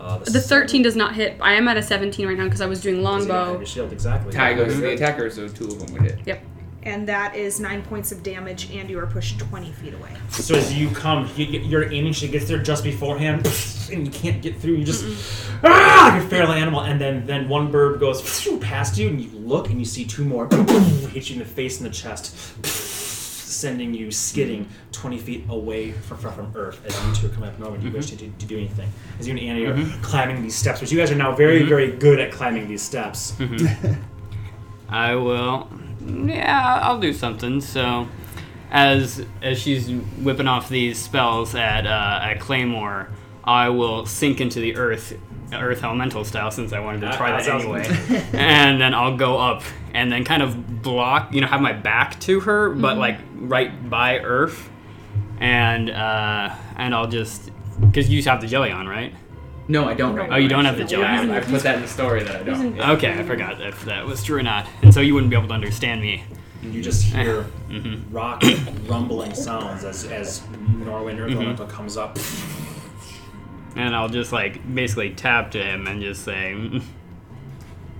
Speaker 3: Uh,
Speaker 6: The thirteen does not hit. I am at a seventeen right now because I was doing
Speaker 3: Because you don't have
Speaker 6: longbow.
Speaker 3: your shield exactly.
Speaker 4: Ty goes to the attacker, so two of them would hit.
Speaker 5: And that is 9 points of damage, and you are pushed 20 feet away.
Speaker 3: So as you come, you, you're aiming. She gets there just beforehand, and you can't get through. You just ah, like a feral animal, and then then one bird goes past you, and you look, and you see two more hit you in the face and the chest, sending you skidding twenty feet away from, from Earth. As you two are coming up, normal, do you wish to do, to do anything? As you and Annie are climbing these steps, which you guys are now very very good at climbing these steps.
Speaker 1: I will. Yeah, I'll do something. So, as as she's whipping off these spells at uh, at Claymore, I will sink into the earth, earth elemental style, since I wanted to
Speaker 3: That-
Speaker 1: try
Speaker 3: that
Speaker 1: that,
Speaker 3: sounds-
Speaker 1: anyway. and then I'll go up and then kind of block, you know, have my back to her, but like right by Earth, and uh, and I'll just because you have the jelly on, right?
Speaker 4: No, I don't right
Speaker 1: Oh, you
Speaker 4: now,
Speaker 1: don't have
Speaker 4: actually.
Speaker 1: the jelly
Speaker 4: Yeah,
Speaker 1: on.
Speaker 4: I, I put that in the story that I don't. Yeah.
Speaker 1: Okay, I forgot if that was true or not, and so you wouldn't be able to understand me.
Speaker 3: And you just hear rock rumbling sounds as as Norwind Earth Elemental comes up.
Speaker 1: And I'll just like basically tap to him and just say, "Mm,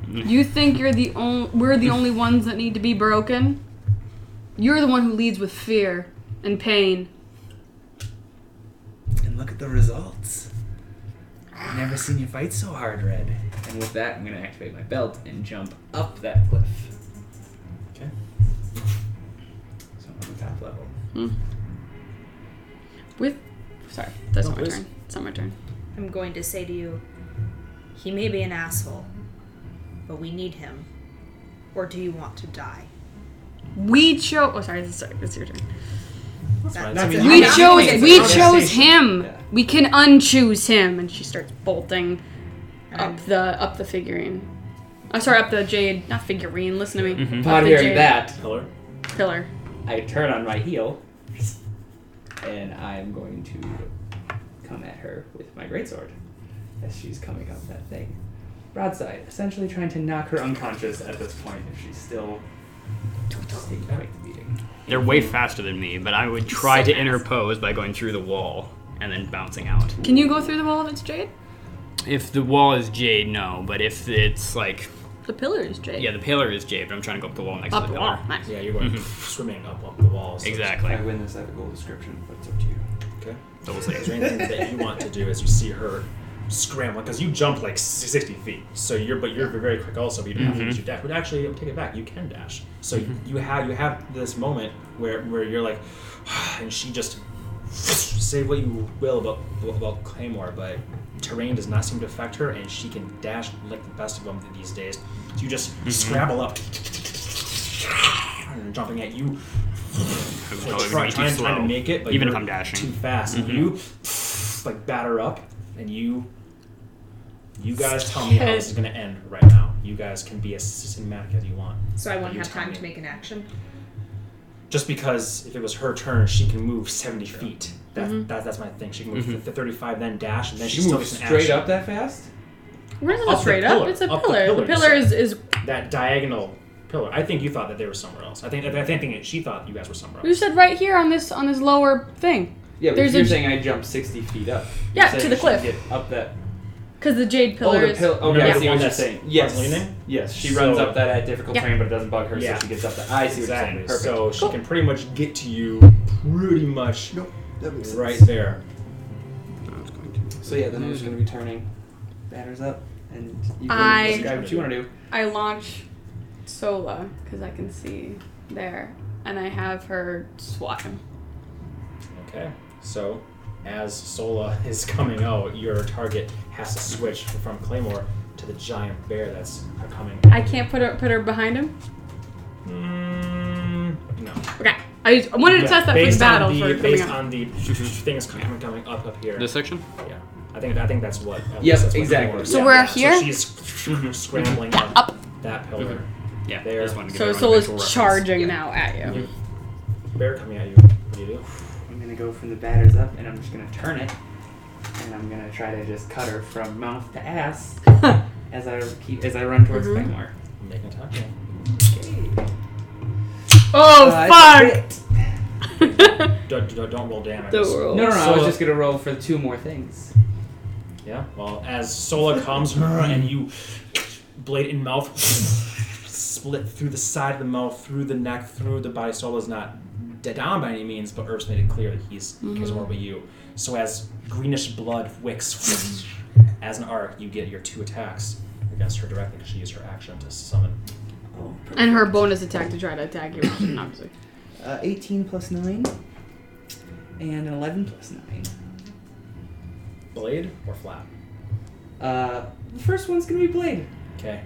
Speaker 6: You think you're the only? We're the only ones that need to be broken. You're the one who leads with fear and pain.
Speaker 4: And look at the results. I've never seen you fight so hard, Red. And with that, I'm gonna activate my belt and jump up that cliff.
Speaker 3: Okay.
Speaker 4: So I'm on the top level.
Speaker 6: With, sorry, that's
Speaker 3: No,
Speaker 6: not my
Speaker 3: please.
Speaker 6: turn. It's not my turn.
Speaker 5: I'm going to say to you, he may be an asshole, but we need him. Or do you want to die?
Speaker 6: We chose. Oh, sorry. This is, sorry, it's your turn.
Speaker 5: That-
Speaker 3: fine.
Speaker 5: that's
Speaker 3: I mean,
Speaker 5: it.
Speaker 6: We
Speaker 5: I'm not
Speaker 6: chose.
Speaker 5: gonna-
Speaker 6: We
Speaker 3: it's a
Speaker 6: chose
Speaker 3: conversation.
Speaker 6: him.
Speaker 4: Yeah.
Speaker 6: We can unchoose him. And she starts bolting
Speaker 5: Um,
Speaker 6: up the up the figurine. Oh, sorry, up the jade. Not figurine. Listen to me. Up
Speaker 4: Upon
Speaker 6: the
Speaker 4: hearing
Speaker 6: jade
Speaker 4: that,
Speaker 3: Pillar.
Speaker 6: pillar.
Speaker 4: I turn on my heel, and I'm going to come at her with my greatsword as she's coming up that thing. Broadside, essentially trying to knock her unconscious at this point if she's still taking quite the beating.
Speaker 1: they're way faster than me, but I would try to interpose by going through the wall and then bouncing out.
Speaker 6: Can you go through the wall if it's jade?
Speaker 1: If the wall is jade, no, but if it's like,
Speaker 6: The pillar is jade.
Speaker 1: yeah, the pillar is jade, but I'm trying to go up the wall next
Speaker 6: Up
Speaker 1: to
Speaker 6: the
Speaker 1: the
Speaker 6: wall.
Speaker 1: pillar.
Speaker 6: Nice.
Speaker 3: Yeah, you're going swimming up up the walls.
Speaker 1: Exactly.
Speaker 4: win this, I have a goal description, but it's up to you.
Speaker 3: Okay.
Speaker 1: So we'll
Speaker 3: Is
Speaker 1: see.
Speaker 3: there anything that you want to do as you see her scrambling? Because you jumped like s- 60 feet, so you're but you're very quick also. But you don't have to use your dash. But actually, I'm take it back. You can dash. So you- you have you have this moment where where you're like, and she just say what you will about about Claymore, but terrain does not seem to affect her, and she can dash like the best of them these days. So you just scramble up. and Jumping at you,
Speaker 1: I'm
Speaker 3: like, try,
Speaker 1: probably gonna Oh, be
Speaker 3: trying,
Speaker 1: too
Speaker 3: trying
Speaker 1: slow.
Speaker 3: to make it, but
Speaker 1: even if
Speaker 3: you're
Speaker 1: I'm dashing.
Speaker 3: too fast. You like batter up, and you you guys tell me how this is gonna end right now. You guys can be as cinematic as you want.
Speaker 5: so I won't
Speaker 3: You
Speaker 5: have
Speaker 3: tell
Speaker 5: time
Speaker 3: me.
Speaker 5: to make an action.
Speaker 3: Just because if it was her turn, she can move seventy feet. That, that, that's my thing. She can move to the thirty-five, then dash, and then she,
Speaker 4: She
Speaker 3: still
Speaker 4: moved
Speaker 3: gets an
Speaker 4: straight
Speaker 3: action.
Speaker 4: up that fast?
Speaker 6: We're not
Speaker 3: Up the
Speaker 6: straight up.
Speaker 3: pillar.
Speaker 6: It's a
Speaker 3: Up the
Speaker 6: pillar. The
Speaker 3: pillar, you
Speaker 6: pillar
Speaker 3: said.
Speaker 6: is is
Speaker 3: That diagonal pillar. I think you thought that they were somewhere else. I think I think that she thought you guys were somewhere
Speaker 6: You
Speaker 3: else.
Speaker 6: said right here on this on this lower thing,
Speaker 4: Yeah, but
Speaker 6: There's
Speaker 4: you're
Speaker 6: a-
Speaker 4: saying I jumped 60 feet up.
Speaker 6: Yeah,
Speaker 4: You're saying
Speaker 6: to the
Speaker 4: I should
Speaker 6: cliff.
Speaker 4: Get up that.
Speaker 6: because the jade pillar
Speaker 4: oh, the
Speaker 6: is.
Speaker 4: pill. Okay,
Speaker 3: Remember
Speaker 4: I
Speaker 3: the
Speaker 4: see
Speaker 3: one
Speaker 4: what you're
Speaker 3: that's
Speaker 4: saying. Yes.
Speaker 3: leaning?
Speaker 4: Yes, she
Speaker 3: So-
Speaker 4: runs up that at difficult
Speaker 6: Yeah.
Speaker 4: terrain, but it doesn't bug her,
Speaker 3: Yeah.
Speaker 4: so she gets up the. I see what
Speaker 3: Exactly.
Speaker 4: you're saying. Perfect.
Speaker 3: So she
Speaker 6: Cool.
Speaker 3: can pretty much get to you, pretty much
Speaker 8: Nope, that makes sense.
Speaker 3: right there.
Speaker 4: So yeah, then I'm just gonna be turning batters up. and you can
Speaker 6: I-
Speaker 4: describe what you want to do.
Speaker 6: I launch Sola because I can see there, and I have her swat him.
Speaker 3: Okay. So, as Sola is coming out, your target has to switch from Claymore to the giant bear that's coming.
Speaker 6: I can't put her put her behind him.
Speaker 3: Mm, no.
Speaker 6: Okay, I, just, I wanted to
Speaker 3: Yeah,
Speaker 6: test that
Speaker 3: based
Speaker 6: first battle
Speaker 3: on the,
Speaker 6: for coming
Speaker 3: based
Speaker 6: up.
Speaker 3: on the things coming coming up up here.
Speaker 1: This section?
Speaker 3: yeah. I think I think that's what. at least
Speaker 4: Yes,
Speaker 3: that's what
Speaker 4: exactly.
Speaker 3: Claymore is.
Speaker 6: So
Speaker 3: Yeah,
Speaker 6: we're
Speaker 3: yeah.
Speaker 6: here?
Speaker 3: So she's scrambling up,
Speaker 6: Up.
Speaker 3: that pillar.
Speaker 1: Yeah.
Speaker 3: There.
Speaker 1: I just wanted to give
Speaker 6: So
Speaker 1: everyone
Speaker 6: Sola's
Speaker 1: visual reference.
Speaker 6: charging now at you.
Speaker 3: Bear coming at you. What do you do?
Speaker 4: I'm gonna go from the batters up, and I'm just gonna turn it, and I'm gonna try to just cut her from mouth to ass as I keep as I run towards
Speaker 6: Mhm.
Speaker 4: Claymore.
Speaker 3: Make an attack. roll.
Speaker 6: Oh
Speaker 4: Uh,
Speaker 6: fuck!
Speaker 4: it's a
Speaker 6: the
Speaker 3: Don't, don't, don't roll damage.
Speaker 4: crit.
Speaker 6: world.
Speaker 4: No, no, no. I was
Speaker 3: So-
Speaker 4: just gonna roll for two more things.
Speaker 3: Yeah. Well, as Sola comes and you blade in mouth split through the side of the mouth, through the neck, through the body. Sola's not dead down by any means, but Earth's made it clear that he's cares more about you. So as greenish blood wicks as an arc, you get your two attacks against her directly because she used her action to summon.
Speaker 4: Oh,
Speaker 6: And her bonus attack to try to attack you, obviously.
Speaker 4: Uh, 18 plus nine, and an 11 plus nine.
Speaker 3: Blade or flat?
Speaker 4: Uh, the first one's gonna be blade.
Speaker 3: Okay.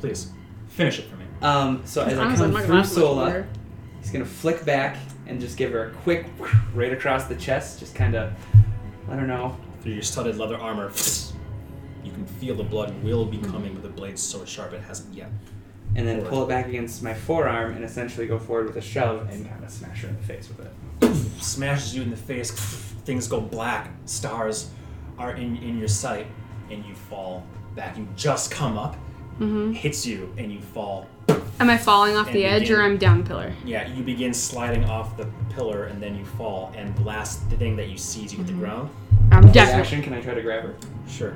Speaker 3: Please finish it for me.
Speaker 4: Um, so as I
Speaker 6: Honestly, I'm
Speaker 4: come
Speaker 6: not gonna
Speaker 4: through
Speaker 6: ask much
Speaker 4: Sola,
Speaker 6: more.
Speaker 4: he's gonna flick back and just give her a quick right across the chest, just kind of let her know.
Speaker 3: through your studded leather armor. You can feel the blood will be coming, but the blade's so sharp it hasn't yet.
Speaker 4: and then pull it back against my forearm and essentially go forward with a shove and kind of smash her in the face with it.
Speaker 3: Smashes you in the face. Things go black. Stars are in, in your sight, and you fall back. You just come up,
Speaker 6: Mm-hmm.
Speaker 3: hits you, and you fall.
Speaker 6: Am I falling off
Speaker 3: And
Speaker 6: the edge or
Speaker 3: begin.
Speaker 6: I'm down pillar?
Speaker 3: Yeah, you begin sliding off the pillar, and then you fall. And the last thing that you see is you
Speaker 6: Mm-hmm.
Speaker 3: hit the ground.
Speaker 6: I'm
Speaker 4: As
Speaker 6: definitely.
Speaker 4: action, can I try to grab her?
Speaker 3: Sure.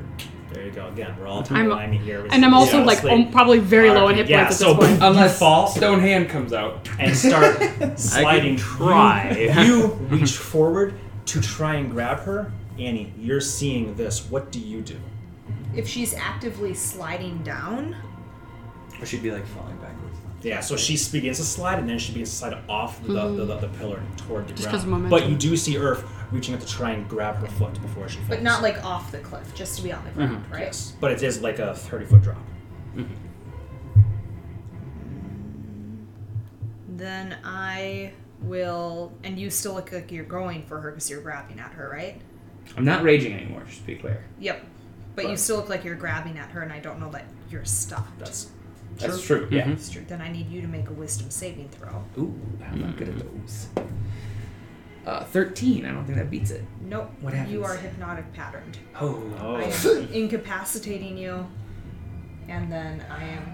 Speaker 3: There you go. Again, we're all
Speaker 6: I'm-
Speaker 3: time limey here.
Speaker 6: And I'm also like
Speaker 3: Honestly,
Speaker 6: um, probably very low
Speaker 3: uh,
Speaker 6: on hit
Speaker 3: yeah,
Speaker 6: points at
Speaker 3: so
Speaker 6: this point.
Speaker 4: Unless
Speaker 3: fall.
Speaker 4: stone hand comes out.
Speaker 3: and start sliding.
Speaker 1: try.
Speaker 3: You, you reach forward to try and grab her. Annie, you're seeing this. What do you do?
Speaker 5: If she's actively sliding down,
Speaker 4: Or she'd be like falling backwards.
Speaker 3: Yeah, so she begins to slide, and then she begins to slide off the, the, the, the pillar toward the
Speaker 6: Mm-hmm. Just 'cause of
Speaker 3: ground.
Speaker 6: momentum.
Speaker 3: But you do see Earth reaching up to try and grab her foot before she falls.
Speaker 5: but not like off the cliff, just to be on the ground, right?
Speaker 3: Mm-hmm. Yes, but it is like a 30 foot drop.
Speaker 5: Then I will. And you still look like you're going for her because you're grabbing at her, right?
Speaker 4: I'm not raging anymore, just to be clear.
Speaker 5: Yep. But you still look like you're grabbing at her, and I don't know that you're stopped.
Speaker 3: That's
Speaker 4: That's true, yeah.
Speaker 1: Mhm.
Speaker 6: Mm-hmm.
Speaker 4: That's true.
Speaker 5: Then I need you to make a wisdom saving throw.
Speaker 4: Ooh, I'm not good at those. Uh, 13, I don't think that beats it.
Speaker 5: Nope.
Speaker 4: What
Speaker 5: You
Speaker 4: happens?
Speaker 5: are hypnotic patterned.
Speaker 4: Oh.
Speaker 5: I
Speaker 3: oh,
Speaker 5: am incapacitating you, and then I am.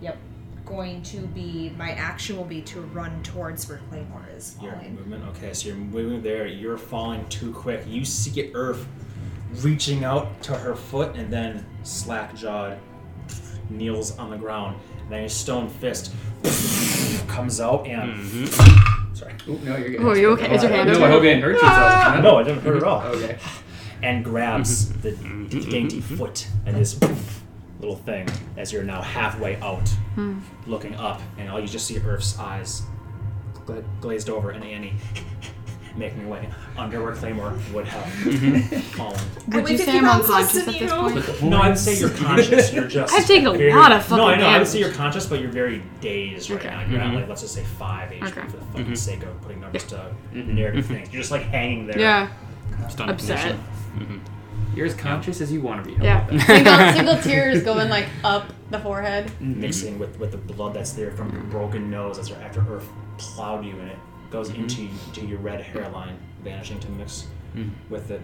Speaker 5: Yep. Going to be my action will be to run towards where Claymore is
Speaker 3: your
Speaker 5: falling.
Speaker 3: movement. Okay, so you're moving there. You're falling too quick. You see it, Earth reaching out to her foot, and then slack jawed kneels on the ground. And then your stone fist comes out and sorry.
Speaker 4: Ooh, no, you're good.
Speaker 6: Oh, you okay? Is your hand
Speaker 4: No, I
Speaker 6: okay?
Speaker 4: hope you didn't hurt yourself.
Speaker 3: No, I didn't hurt at all.
Speaker 4: Okay.
Speaker 3: And grabs the d- dainty foot and this little thing as you're now halfway out, looking up, and all you just see Earth's eyes gla- glazed over, and Annie making her way under where Claymore would have fallen.
Speaker 6: Would you say I'm unconscious at this point?
Speaker 3: No, I'd say you're conscious. You're just.
Speaker 6: I've taken a
Speaker 3: very-
Speaker 6: lot of fucking
Speaker 3: No, I know. I would say
Speaker 6: damage.
Speaker 3: you're conscious, but you're very dazed right
Speaker 6: Okay.
Speaker 3: now. You're at like let's just say five HP
Speaker 6: Okay.
Speaker 3: for the fucking sake of putting numbers to narrative things. You're just like hanging there.
Speaker 6: Yeah,
Speaker 1: Stunned
Speaker 6: upset.
Speaker 1: condition.
Speaker 4: You're as conscious as you want to be. How
Speaker 6: Yeah,
Speaker 4: about that?
Speaker 6: single, single tear is going like up the forehead.
Speaker 3: mixing with, with the blood that's there from your broken nose as after Earth plowed you and it goes into to your red hairline, vanishing to mix with it.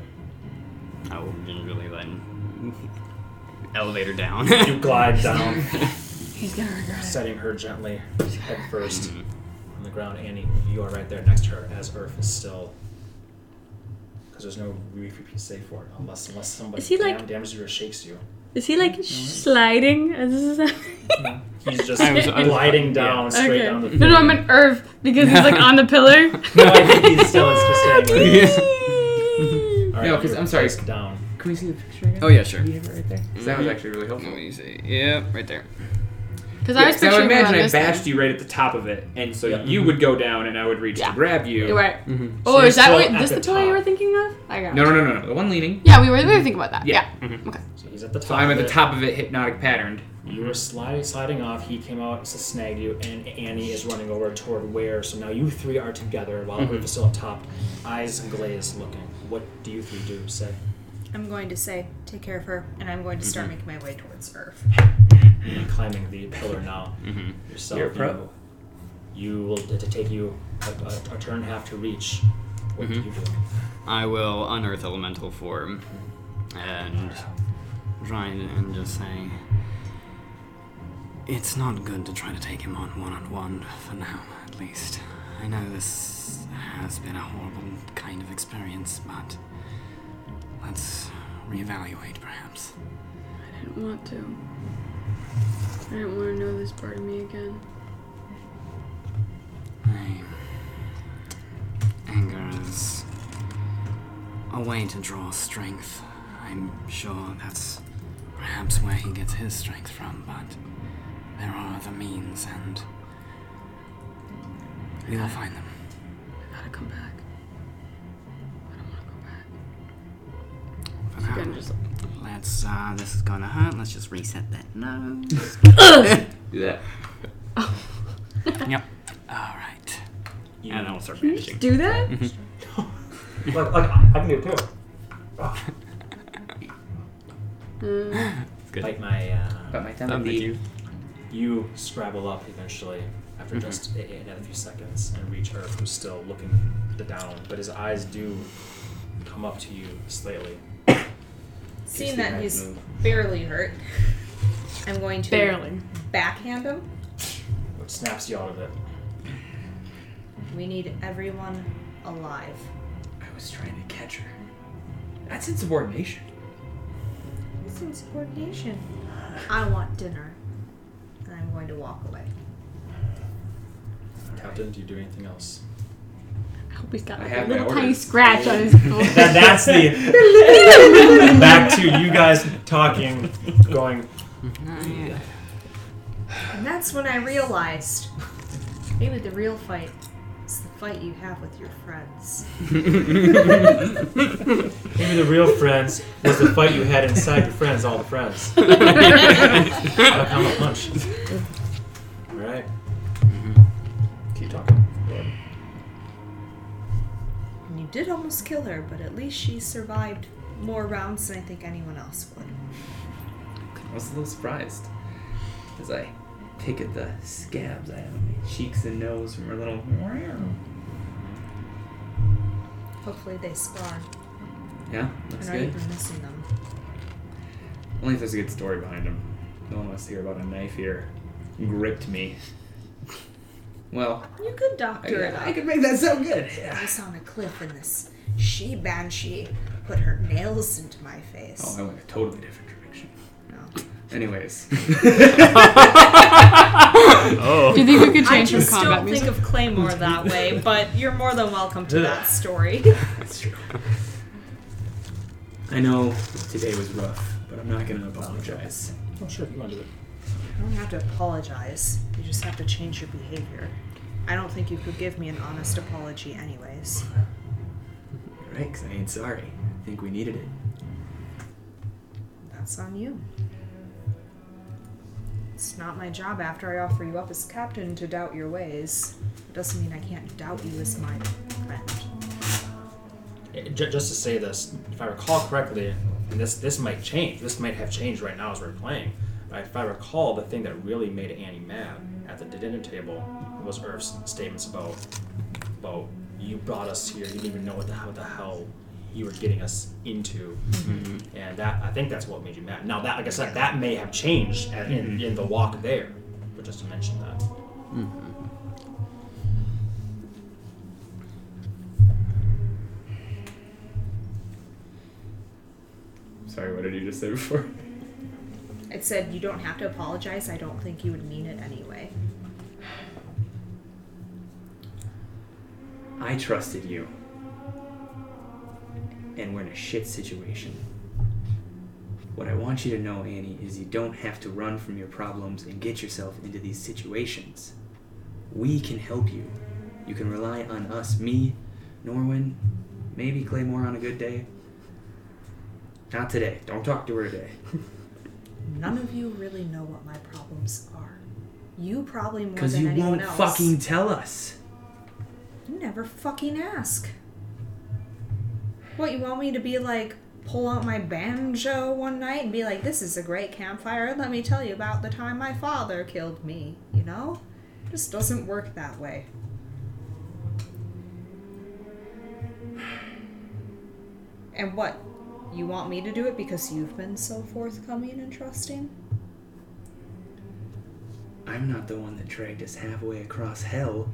Speaker 1: I will just really let elevator down.
Speaker 3: You glide down,
Speaker 6: He's gonna regret
Speaker 3: setting her gently head first on the ground. Annie, you are right there next to her as Earth is still. Because there's no repeat save for it unless unless somebody
Speaker 6: Is he, like-
Speaker 3: dam- damages you or shakes you.
Speaker 6: Is he like sliding as this is happening?
Speaker 3: He's just
Speaker 1: I was- I was-
Speaker 3: gliding
Speaker 1: yeah.
Speaker 3: down straight
Speaker 6: Okay.
Speaker 3: down the.
Speaker 6: No, no, I'm an Irv because he's like on the pillar.
Speaker 3: No, I think he's still it's just staying.
Speaker 1: Yeah.
Speaker 3: All
Speaker 4: No, 'cause
Speaker 3: you're
Speaker 4: I'm sorry.
Speaker 3: placed Down.
Speaker 4: Can we see the picture again?
Speaker 1: Oh, yeah, sure.
Speaker 4: Do you have it right there? 'Cause That was actually really helpful.
Speaker 1: Let me see. Yep, right there.
Speaker 6: Because I
Speaker 4: Yeah,
Speaker 6: was
Speaker 4: 'cause I would
Speaker 6: picturing her on
Speaker 4: imagine I
Speaker 6: this thing.
Speaker 4: bashed you right at the top of it, and so
Speaker 3: Yeah.
Speaker 4: you would go down, and I would reach
Speaker 2: Yeah.
Speaker 4: to grab you.
Speaker 6: Right.
Speaker 1: Mhm.
Speaker 6: Oh,
Speaker 3: So
Speaker 6: is that
Speaker 3: you're
Speaker 6: what,
Speaker 3: still
Speaker 6: this
Speaker 3: at
Speaker 6: the
Speaker 3: the
Speaker 6: pillow you
Speaker 3: top.
Speaker 6: were thinking of? I got
Speaker 4: No,
Speaker 6: it.
Speaker 4: no, no, no, no. The one leaning.
Speaker 6: Yeah, we were, we were thinking about that.
Speaker 4: Yeah.
Speaker 6: Yeah.
Speaker 3: So he's at the top.
Speaker 4: So I'm
Speaker 3: of
Speaker 4: at the
Speaker 3: it.
Speaker 4: top of it, hypnotic patterned.
Speaker 3: You were sliding, sliding off. He came out to snag you, and Annie is running over toward where. So now you three are together while
Speaker 4: Mm-hmm.
Speaker 3: mm is still up top, eyes glazed looking. What do you three do? Say.
Speaker 5: I'm going to say, take care of her, and I'm going to start making my way towards Earth.
Speaker 3: You're climbing the pillar now
Speaker 1: Mm-hmm.
Speaker 3: yourself.
Speaker 4: You're a pro.
Speaker 3: You, you will it will take you a, a, a turn and a half to reach. What do you do?
Speaker 1: I will unearth elemental form and try and, and just say it's not good to try to take him on one on one for now, at least. I know this has been a horrible kind of experience, but let's reevaluate perhaps.
Speaker 6: I didn't want to. I didn't want to know this part of me again.
Speaker 1: I, anger is a way to draw strength. I'm sure that's perhaps where he gets his strength from, but there are other means, and we will find them.
Speaker 6: I gotta come back. I don't want to go back.
Speaker 1: For now,
Speaker 6: Again, just
Speaker 1: let's. Uh, this is gonna hurt. Let's just reset that. No.
Speaker 4: Do that.
Speaker 1: yep. All right.
Speaker 3: You,
Speaker 1: And then we'll start managing.
Speaker 6: do that?
Speaker 3: Look, look, I can do it too.
Speaker 6: Mm.
Speaker 3: Like my. Uh,
Speaker 4: But my thumb
Speaker 1: Thumb
Speaker 4: would
Speaker 1: at
Speaker 4: be-
Speaker 1: you.
Speaker 3: You scrabble up eventually after
Speaker 1: Mhm.
Speaker 3: just a, another few seconds and reach her, who's still looking the down, but his eyes do come up to you slightly.
Speaker 4: Just the
Speaker 5: Seeing that
Speaker 4: eyes
Speaker 5: he's
Speaker 4: move.
Speaker 5: barely hurt, I'm going to
Speaker 6: Barely.
Speaker 5: backhand him.
Speaker 3: What snaps you out of it?
Speaker 5: We need everyone alive.
Speaker 4: I was trying to catch her. That's insubordination.
Speaker 5: It's insubordination. I want dinner, and I'm going to walk away.
Speaker 3: Captain, do you do anything else?
Speaker 6: I hope he's got
Speaker 4: I
Speaker 6: like,
Speaker 4: have
Speaker 6: a
Speaker 4: my
Speaker 6: little tiny
Speaker 4: orders.
Speaker 6: scratch on his elbow.
Speaker 3: That, that's the back to you guys talking, going.
Speaker 5: And that's when I realized maybe the real fight is the fight you have with your friends.
Speaker 3: Maybe the real friends was the fight you had inside your friends, all the friends. Gotta come a punch. All right. Keep talking.
Speaker 5: And you did almost kill her, but at least she survived more rounds than I think anyone else would.
Speaker 4: I was a little surprised as I pick at the scabs I have on my cheeks and nose from her little.
Speaker 5: Hopefully they spawn.
Speaker 4: Yeah,
Speaker 5: We're
Speaker 4: looks
Speaker 5: not
Speaker 4: good.
Speaker 5: even missing them.
Speaker 4: Only if there's a good story behind him. No one wants to hear about a knife here. Gripped me. Well,
Speaker 5: You could doctor it
Speaker 4: I, I
Speaker 5: up.
Speaker 4: could make that sound good.
Speaker 5: I
Speaker 4: Yeah.
Speaker 5: was on a cliff and this she banshee put her nails into my face.
Speaker 4: Oh, I went a totally different direction.
Speaker 5: No.
Speaker 4: Anyways,
Speaker 6: Do you think we could
Speaker 5: I
Speaker 6: change from
Speaker 5: just
Speaker 6: combat
Speaker 5: don't
Speaker 6: music?
Speaker 5: think of Claymore that way, but you're more than welcome to that story.
Speaker 4: that's true. I know today was rough, but I'm not gonna apologize.
Speaker 3: Oh, sure, if you want to do it.
Speaker 5: You don't have to apologize. You just have to change your behavior. I don't think you could give me an honest apology, anyways.
Speaker 4: Right? Because I ain't sorry. I think we needed it.
Speaker 5: That's on you. It's not my job after I offer you up as captain to doubt your ways. It doesn't mean I can't doubt you as my friend.
Speaker 3: Ju- Just to say this, if I recall correctly, and this this might change, this might have changed right now as we're playing. But if I recall, the thing that really made Annie mad at the dinner table was Irv's statements about about you brought us here, you didn't even know what the hell, what the hell you were getting us into, and that I think that's what made you mad. Now that, like I said, that may have changed at, in, in the walk there, but just to mention that.
Speaker 4: Sorry, what did you just say before?
Speaker 5: It said, You don't have to apologize. I don't think you would mean it anyway.
Speaker 4: I trusted you. And we're in a shit situation. What I want you to know, Annie, is you don't have to run from your problems and get yourself into these situations. We can help you. You can rely on us, me, Norwin, maybe Claymore on a good day. Not today. Don't talk to her today.
Speaker 5: None of you really know what my problems are. You probably more
Speaker 4: Because
Speaker 5: than
Speaker 4: you
Speaker 5: anyone
Speaker 4: won't
Speaker 5: else.
Speaker 4: fucking tell us.
Speaker 5: You never fucking ask. What, you want me to be like, pull out my banjo one night and be like, this is a great campfire, let me tell you about the time my father killed me, you know? Just doesn't work that way. And what? You want me to do it because you've been so forthcoming and trusting?
Speaker 4: I'm not the one that dragged us halfway across hell.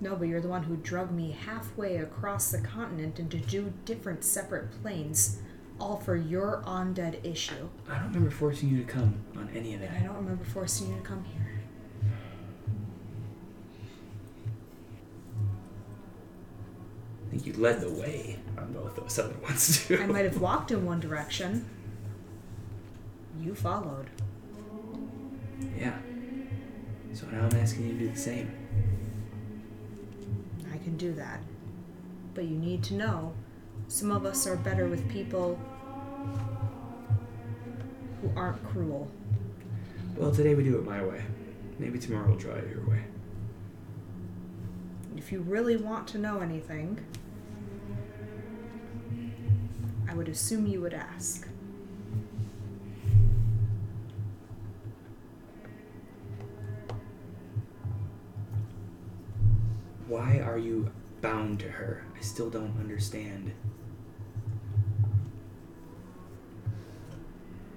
Speaker 5: No, but you're the one who drug me halfway across the continent into two different separate planes, all for your undead issue.
Speaker 4: I don't remember forcing you to come on any of
Speaker 5: And
Speaker 4: that.
Speaker 5: I don't remember forcing you to come here.
Speaker 4: I think you led the way on both those other ones too.
Speaker 5: I might have walked in one direction. You followed.
Speaker 4: Yeah. So now I'm asking you to do the same.
Speaker 5: I can do that. But you need to know some of us are better with people who aren't cruel.
Speaker 4: Well, today we do it my way. Maybe tomorrow we'll try it your way.
Speaker 5: If you really want to know anything, I would assume you would ask.
Speaker 4: Why are you bound to her? I still don't understand.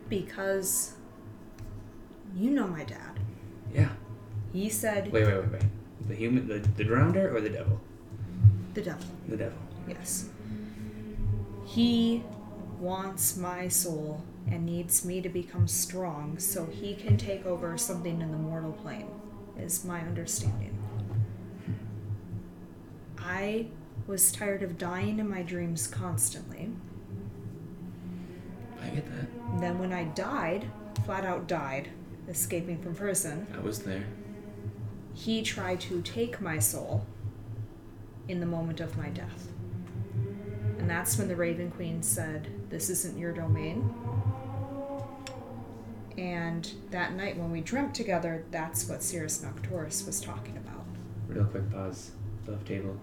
Speaker 5: because you know my dad.
Speaker 4: Yeah.
Speaker 5: He said
Speaker 4: Wait, wait, wait, wait. The human, the, the grounder or the devil?
Speaker 5: the devil.
Speaker 4: The devil.
Speaker 5: Yes. He wants my soul and needs me to become strong so he can take over something in the mortal plane, is my understanding. I was tired of dying in my dreams constantly.
Speaker 4: I get that.
Speaker 5: And then when I died, flat out died, escaping from prison,
Speaker 4: I was there.
Speaker 5: he tried to take my soul in the moment of my death. And that's when the Raven Queen said, This isn't your domain. And that night when we dreamt together, that's what Cirrus Nocturus was talking about.
Speaker 4: Real quick pause. Love table.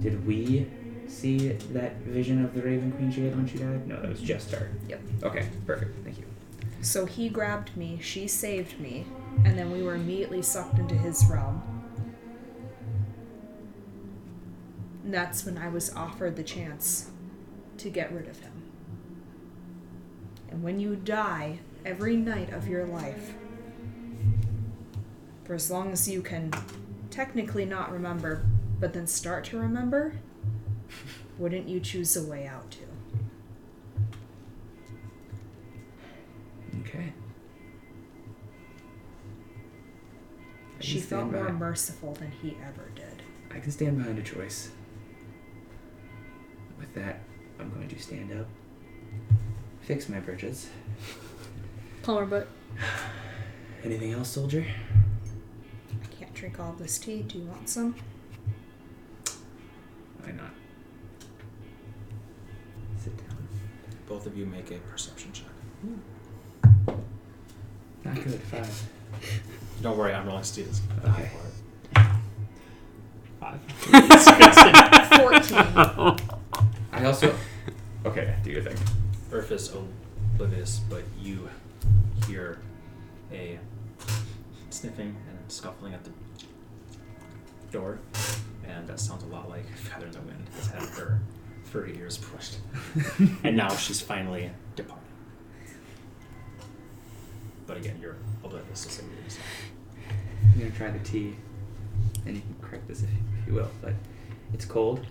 Speaker 4: Did we see that vision of the Raven Queen she had when she died? No, that was just her.
Speaker 5: Yep.
Speaker 4: Okay, perfect. Thank you.
Speaker 5: So he grabbed me, she saved me, and then we were immediately sucked into his realm. And that's when I was offered the chance to get rid of him. And when you die every night of your life, for as long as you can technically not remember, but then start to remember, wouldn't you choose a way out too?
Speaker 4: Okay. I can
Speaker 5: She felt
Speaker 4: stand
Speaker 5: more
Speaker 4: by-
Speaker 5: merciful than he ever did.
Speaker 4: I can stand behind a choice. With that, I'm going to stand up, fix my britches.
Speaker 6: Plumber, but
Speaker 4: Anything else, soldier?
Speaker 5: I can't drink all this tea. Do you want some?
Speaker 4: Why not? Sit down.
Speaker 3: Both of you make a perception check.
Speaker 4: Not good. Five.
Speaker 3: Don't worry, I'm rolling Steve's.
Speaker 4: Okay.
Speaker 5: Fourteen.
Speaker 4: I also. Okay, do your thing.
Speaker 3: Earth is oblivious, but you hear a sniffing and scuffling at the door, and that sounds a lot like Feather in the Wind has had her 30 years pushed. and now she's finally departing. But again, you're oblivious to some reason.
Speaker 4: I'm gonna try the tea, and you can correct this if if you will. But it's cold.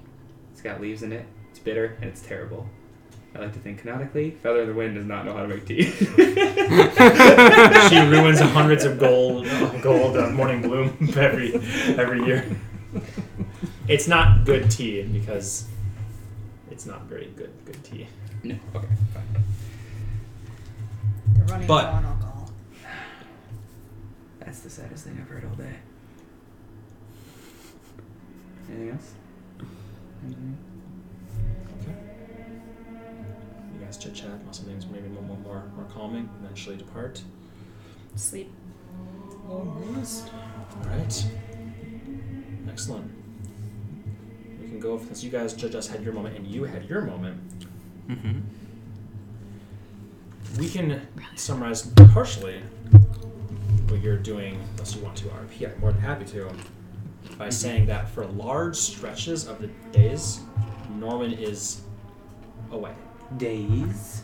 Speaker 4: It's got leaves in it. It's bitter and it's terrible. I like to think canonically, Feather in the Wind does not know how to make tea.
Speaker 3: she ruins hundreds of gold, gold uh, morning bloom every every year. It's not good tea because it's not very good good tea.
Speaker 4: No. Okay, fine.
Speaker 5: running
Speaker 3: But-
Speaker 5: low on alcohol.
Speaker 4: That's the saddest thing I've heard all day. Anything else? Anything
Speaker 3: You guys chit chat about some things, maybe a little more, more calming, eventually depart.
Speaker 5: Sleep.
Speaker 3: Almost. Alright. Excellent. We can go, since you guys ju- just had your moment and you had your moment,
Speaker 1: Mm-hmm.
Speaker 3: we can summarize partially what you're doing, unless you want to RP. I'm more than happy to, by saying that for large stretches of the days, Norman is away.
Speaker 4: else? Days.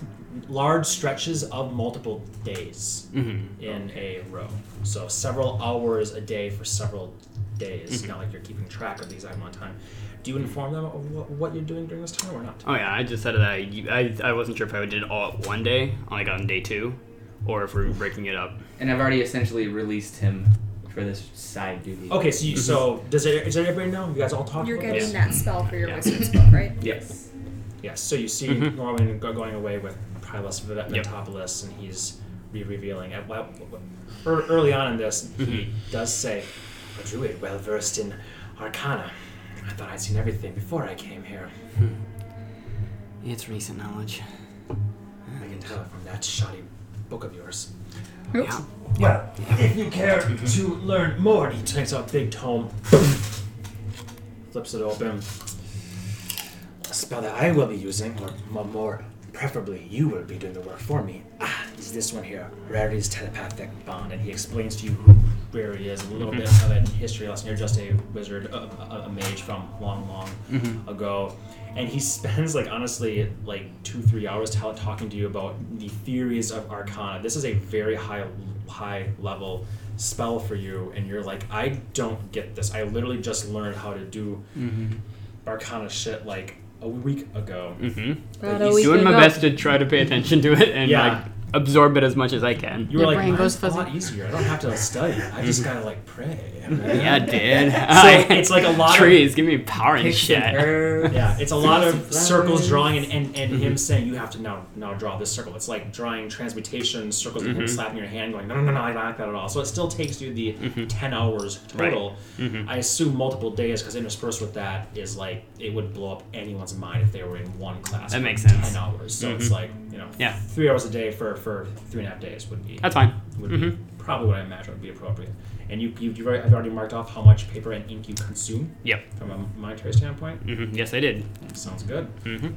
Speaker 3: Large stretches of multiple days
Speaker 1: Mm-hmm.
Speaker 3: in a row. So several hours a day for several days. Not like you're keeping track of the exact amount of time. Do you inform them of what, what you're doing during this time or not?
Speaker 1: Oh yeah, I just said that I, I I wasn't sure if I did it all at one day, like on day two, or if we're breaking it up.
Speaker 4: And I've already essentially released him for this side duty.
Speaker 3: Okay, so you, so does it, is everybody know? You guys all talk.
Speaker 5: You're
Speaker 3: about
Speaker 5: getting
Speaker 3: this?
Speaker 5: that spell for your
Speaker 1: Yeah.
Speaker 5: wizard spell, right?
Speaker 4: Yes.
Speaker 3: Yes, so you see
Speaker 1: Mhm.
Speaker 3: Norman go- going away with Pylos Vet-
Speaker 1: Yep.
Speaker 3: Vetopolis, and he's re revealing. At, well, ear- early on in this, he does say, A druid well versed in arcana. I thought I'd seen everything before I came here.
Speaker 1: It's recent knowledge.
Speaker 3: I can tell from that shoddy book of yours.
Speaker 1: Yeah.
Speaker 3: Well, if you care to learn more, and he takes out big tome, flips it open. A spell that I will be using, or mo- more preferably, you will be doing the work for me. Ah, is this one here, Rarity's telepathic bond, and he explains to you who Rarity is, a little bit of a history lesson. You're just a wizard, a, a, a mage from long, long ago, and he spends like honestly like two, three hours tell talking to you about the theories of Arcana. This is a very high, high level spell for you, and you're like, I don't get this. I literally just learned how to do
Speaker 4: Mm-hmm.
Speaker 3: Arcana shit like a week ago.
Speaker 1: Mm-hmm.
Speaker 6: About
Speaker 3: He's
Speaker 6: a week
Speaker 1: Doing my
Speaker 6: ago.
Speaker 1: best to try to pay attention to it and
Speaker 3: Yeah.
Speaker 1: like absorb it as much as I can.
Speaker 3: You were
Speaker 6: Your
Speaker 3: like,
Speaker 6: brain goes
Speaker 3: "Mine's a lot
Speaker 6: fuzzy."
Speaker 3: easier. I don't have to study. I just gotta like pray.
Speaker 1: Yeah, dude.
Speaker 3: So it's like a lot of
Speaker 1: trees. Give me power and shit.
Speaker 3: Yeah, it's a lot
Speaker 4: Some
Speaker 3: of
Speaker 4: flowers.
Speaker 3: circles drawing and, and, and
Speaker 1: Mm-hmm.
Speaker 3: him saying you have to now now draw this circle. It's like drawing transmutation circles
Speaker 1: Mm-hmm.
Speaker 3: and him slapping your hand going, No no no no, I don't like that at all. So it still takes you the
Speaker 1: Mm-hmm.
Speaker 3: ten hours total. I assume multiple days because interspersed with that is like it would blow up anyone's mind if they were in one class
Speaker 1: That
Speaker 3: for
Speaker 1: makes
Speaker 3: ten
Speaker 1: sense. Mm-hmm.
Speaker 3: hours. So it's like, you know,
Speaker 1: Yeah.
Speaker 3: three hours a day for, for three and a half days would be
Speaker 1: That's fine.
Speaker 3: would
Speaker 1: Mhm.
Speaker 3: be probably what I imagine would be appropriate. And you you've, you've already, I've already marked off how much paper and ink you consume
Speaker 1: Yep.
Speaker 3: from a monetary standpoint.
Speaker 1: Mm-hmm. Yes, I did.
Speaker 3: Sounds good.
Speaker 1: Mm-hmm.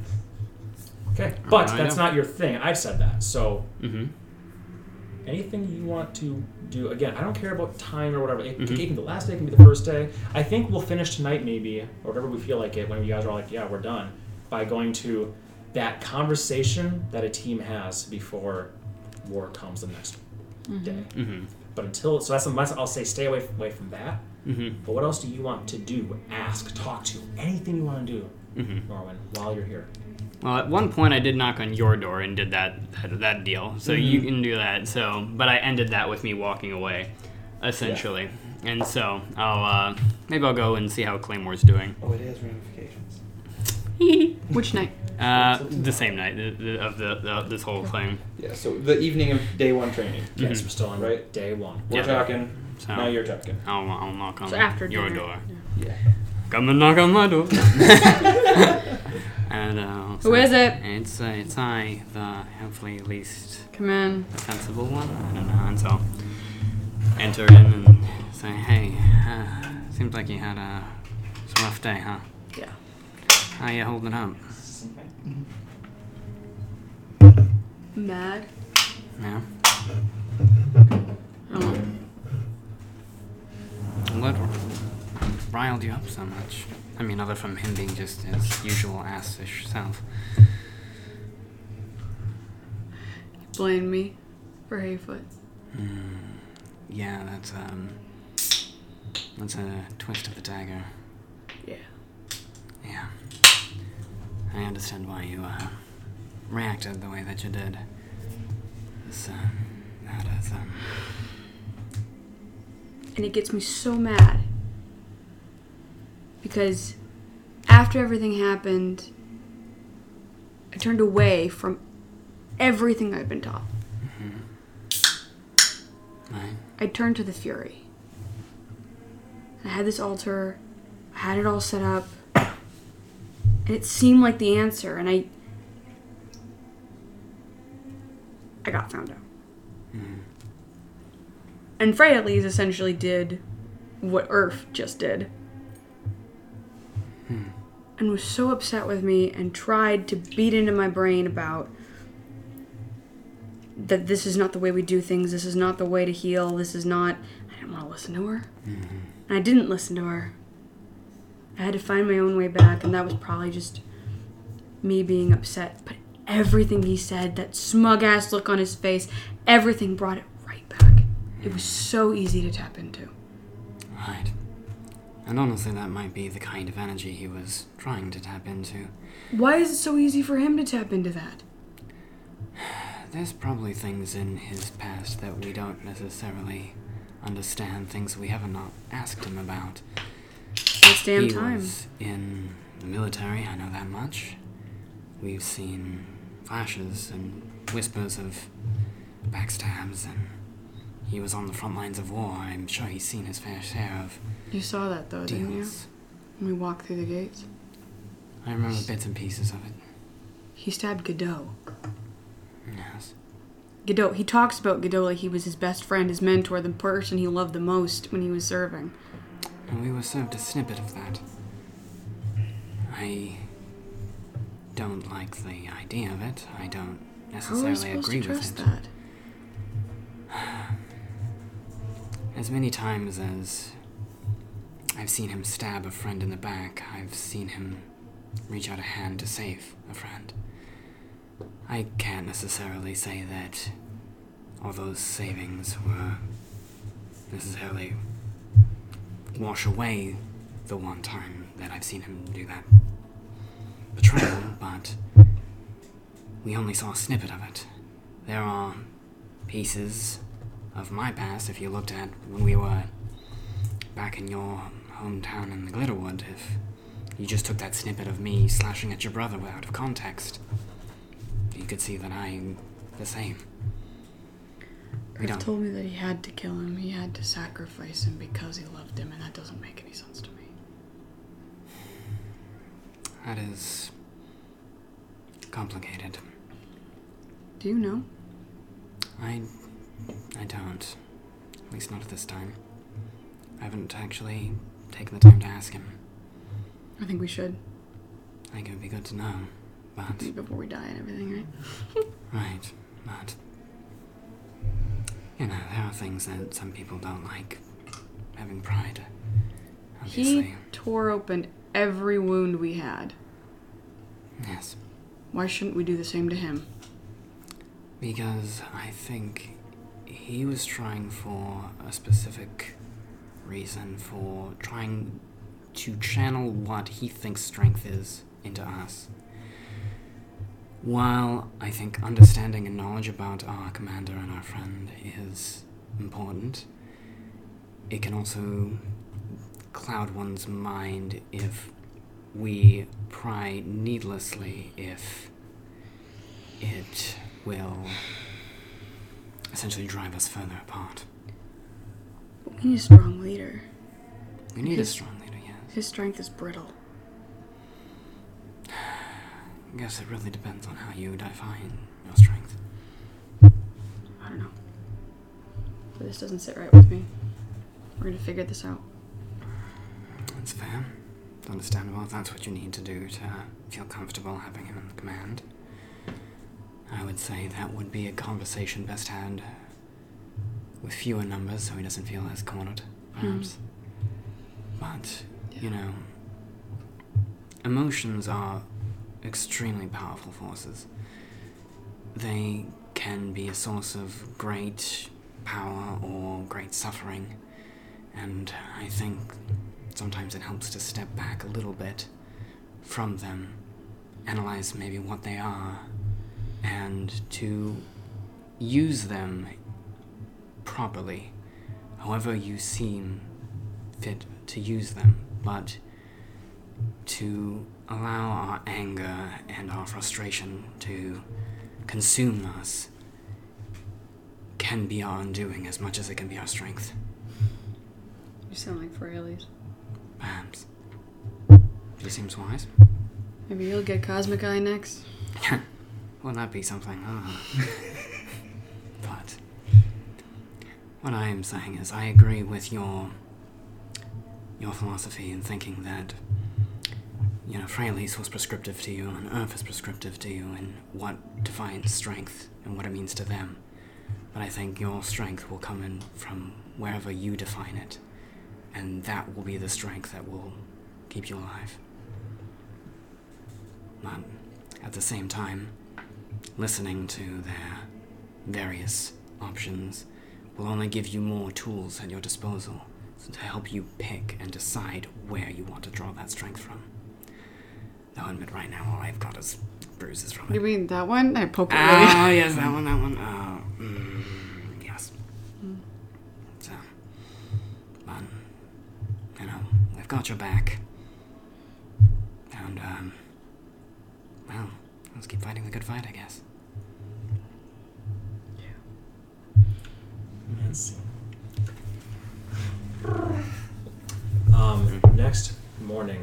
Speaker 3: Okay, but
Speaker 1: I
Speaker 3: that's
Speaker 1: know.
Speaker 3: not your thing. I've said that. So
Speaker 1: Mm-hmm.
Speaker 3: anything you want to do, again, I don't care about time or whatever. It, it can be the last day, it can be the first day. I think we'll finish tonight, maybe, or whatever we feel like it, when you guys are all like, yeah, we're done, by going to that conversation that a team has before war comes the next day.
Speaker 1: Mm-hmm.
Speaker 3: But until, so that's the must I'll say stay away, away from that.
Speaker 1: Mm-hmm.
Speaker 3: But what else do you want to do? Ask, talk to, anything you want to do,
Speaker 1: Mm-hmm.
Speaker 3: Norwin, while you're here.
Speaker 1: Well, at one point I did knock on your door and did that that, that deal, so you can do that. So, but I ended that with me walking away, essentially. And so I'll uh, maybe I'll go and see how Claymore's doing.
Speaker 4: Oh, it has ramifications.
Speaker 6: Which night?
Speaker 1: Uh, the same night the, the, of the, the this whole thing.
Speaker 8: Yeah, so the evening of day one training.
Speaker 3: Yes, we're still on
Speaker 8: Right.
Speaker 3: day one.
Speaker 8: We're
Speaker 1: Yeah.
Speaker 8: talking.
Speaker 1: So
Speaker 8: Now you're talking.
Speaker 1: I'll, I'll knock on
Speaker 6: So after
Speaker 1: your
Speaker 6: dinner.
Speaker 1: door.
Speaker 8: Yeah.
Speaker 1: Come and knock on my door. and uh,
Speaker 6: Who is it?
Speaker 1: It's uh, it's I, the hopefully least
Speaker 6: Come in.
Speaker 1: sensible one. I don't know. And so enter in and say, hey, uh, seems like you had a it's a rough day, huh?
Speaker 6: Yeah.
Speaker 1: How you holding up?
Speaker 6: Mad.
Speaker 1: Yeah.
Speaker 6: Oh.
Speaker 1: What riled you up so much? I mean, other from him being just his usual assish self.
Speaker 6: Blame me for Hayfoot.
Speaker 1: Hmm, Yeah, that's um, that's a twist of the dagger.
Speaker 6: Yeah.
Speaker 1: Yeah. I understand why you uh, reacted the way that you did. So, that is, um,
Speaker 6: And it gets me so mad. Because after everything happened, I turned away from everything I'd been taught.
Speaker 1: Mine.
Speaker 6: I turned to the Fury. I had this altar, I had it all set up, and it seemed like the answer, and I. I got found out. And Freya Lees essentially did what Earth just did. And was so upset with me and tried to beat into my brain about that this is not the way we do things. This is not the way to heal. This is not. I didn't want to listen to her.
Speaker 1: Mm-hmm.
Speaker 6: And I didn't listen to her. I had to find my own way back, and that was probably just me being upset. But everything he said, that smug ass look on his face, everything brought it right back. It was so easy to tap into.
Speaker 1: Right. And honestly, that might be the kind of energy he was trying to tap into.
Speaker 6: Why is it so easy for him to tap into that?
Speaker 1: There's probably things in his past that we don't necessarily understand, things we haven't not asked him about.
Speaker 6: It's damn
Speaker 1: he
Speaker 6: time.
Speaker 1: was in the military, I know that much. We've seen flashes and whispers of backstabs, and he was on the front lines of war. I'm sure he's seen his fair share of
Speaker 6: You saw that though, didn't you?
Speaker 1: deals.
Speaker 6: When we walked through the gates.
Speaker 1: I remember bits and pieces of it.
Speaker 6: He stabbed Godot.
Speaker 1: Yes.
Speaker 6: Godot, he talks about Godot like he was his best friend, his mentor, the person he loved the most when he was serving.
Speaker 1: And we were served a snippet of that. I don't like the idea of it. I don't
Speaker 6: How are we
Speaker 1: necessarily
Speaker 6: supposed
Speaker 1: agree
Speaker 6: to
Speaker 1: with
Speaker 6: trust
Speaker 1: it.
Speaker 6: that?
Speaker 1: As many times as I've seen him stab a friend in the back, I've seen him reach out a hand to save a friend. I can't necessarily say that all those savings were necessarily wash away the one time that I've seen him do that betrayal, but we only saw a snippet of it. There are pieces of my past, if you looked at when we were back in your hometown in the Glitterwood, if you just took that snippet of me slashing at your brother out of context, you could see that I'm the same. We
Speaker 6: Earth
Speaker 1: don't.
Speaker 6: told me that he had to kill him, he had to sacrifice him because he loved him, and that doesn't make any sense to me.
Speaker 1: That is complicated.
Speaker 6: Do you know?
Speaker 1: I. I don't. At least not at this time. I haven't actually taken the time to ask him.
Speaker 6: I think we should
Speaker 1: I think it would be good to know. But.
Speaker 6: before we die and everything, right?
Speaker 1: Right, but you know there are things that some people don't like having pride. Obviously,
Speaker 6: He tore open every wound we had.
Speaker 1: yes,
Speaker 6: Why shouldn't we do the same to him?
Speaker 1: because I think he was trying for a specific reason for trying to channel what he thinks strength is into us. While I think understanding and knowledge about our commander and our friend is important, it can also cloud one's mind if we pry needlessly, if it will essentially drive us further apart.
Speaker 6: We need a strong leader.
Speaker 1: We need a
Speaker 6: His-
Speaker 1: strong leader, yes.
Speaker 6: His strength is brittle.
Speaker 1: I guess it really depends on how you define your strength.
Speaker 6: I don't know. But this doesn't sit right with me. We're gonna figure this out.
Speaker 1: That's fair. It's understandable if that's what you need to do to feel comfortable having him in command. I would say that would be a conversation best had with fewer numbers so he doesn't feel as cornered, perhaps. But, you know, emotions are extremely powerful forces. They can be a source of great power or great suffering, and I think Sometimes it helps to step back a little bit from them, analyze maybe what they are, and to use them properly, however you seem fit to use them, but to allow our anger and our frustration to consume us can be our undoing as much as it can be our strength.
Speaker 6: You sound like Fraley's.
Speaker 1: Perhaps. She seems wise.
Speaker 6: Maybe you'll get Cosmic Eye next.
Speaker 1: Wouldn't that be something? Ah. but what I am saying is, I agree with your your philosophy in thinking that you know Fraley's was prescriptive to you, and Earth is prescriptive to you, and what defines strength and what it means to them. But I think your strength will come in from wherever you define it, and that will be the strength that will keep you alive. But at the same time, listening to their various options will only give you more tools at your disposal to help you pick and decide where you want to draw that strength from. Though I admit right now all I've got is bruises from
Speaker 6: You
Speaker 1: it.
Speaker 6: mean that one? I poke it. really-
Speaker 1: Ah, yes, that one, that one. Ah, mm, yes. So, but, you know, we've got your back. And, um, well, let's keep fighting the good fight, I guess.
Speaker 3: Let's see. Um, next morning,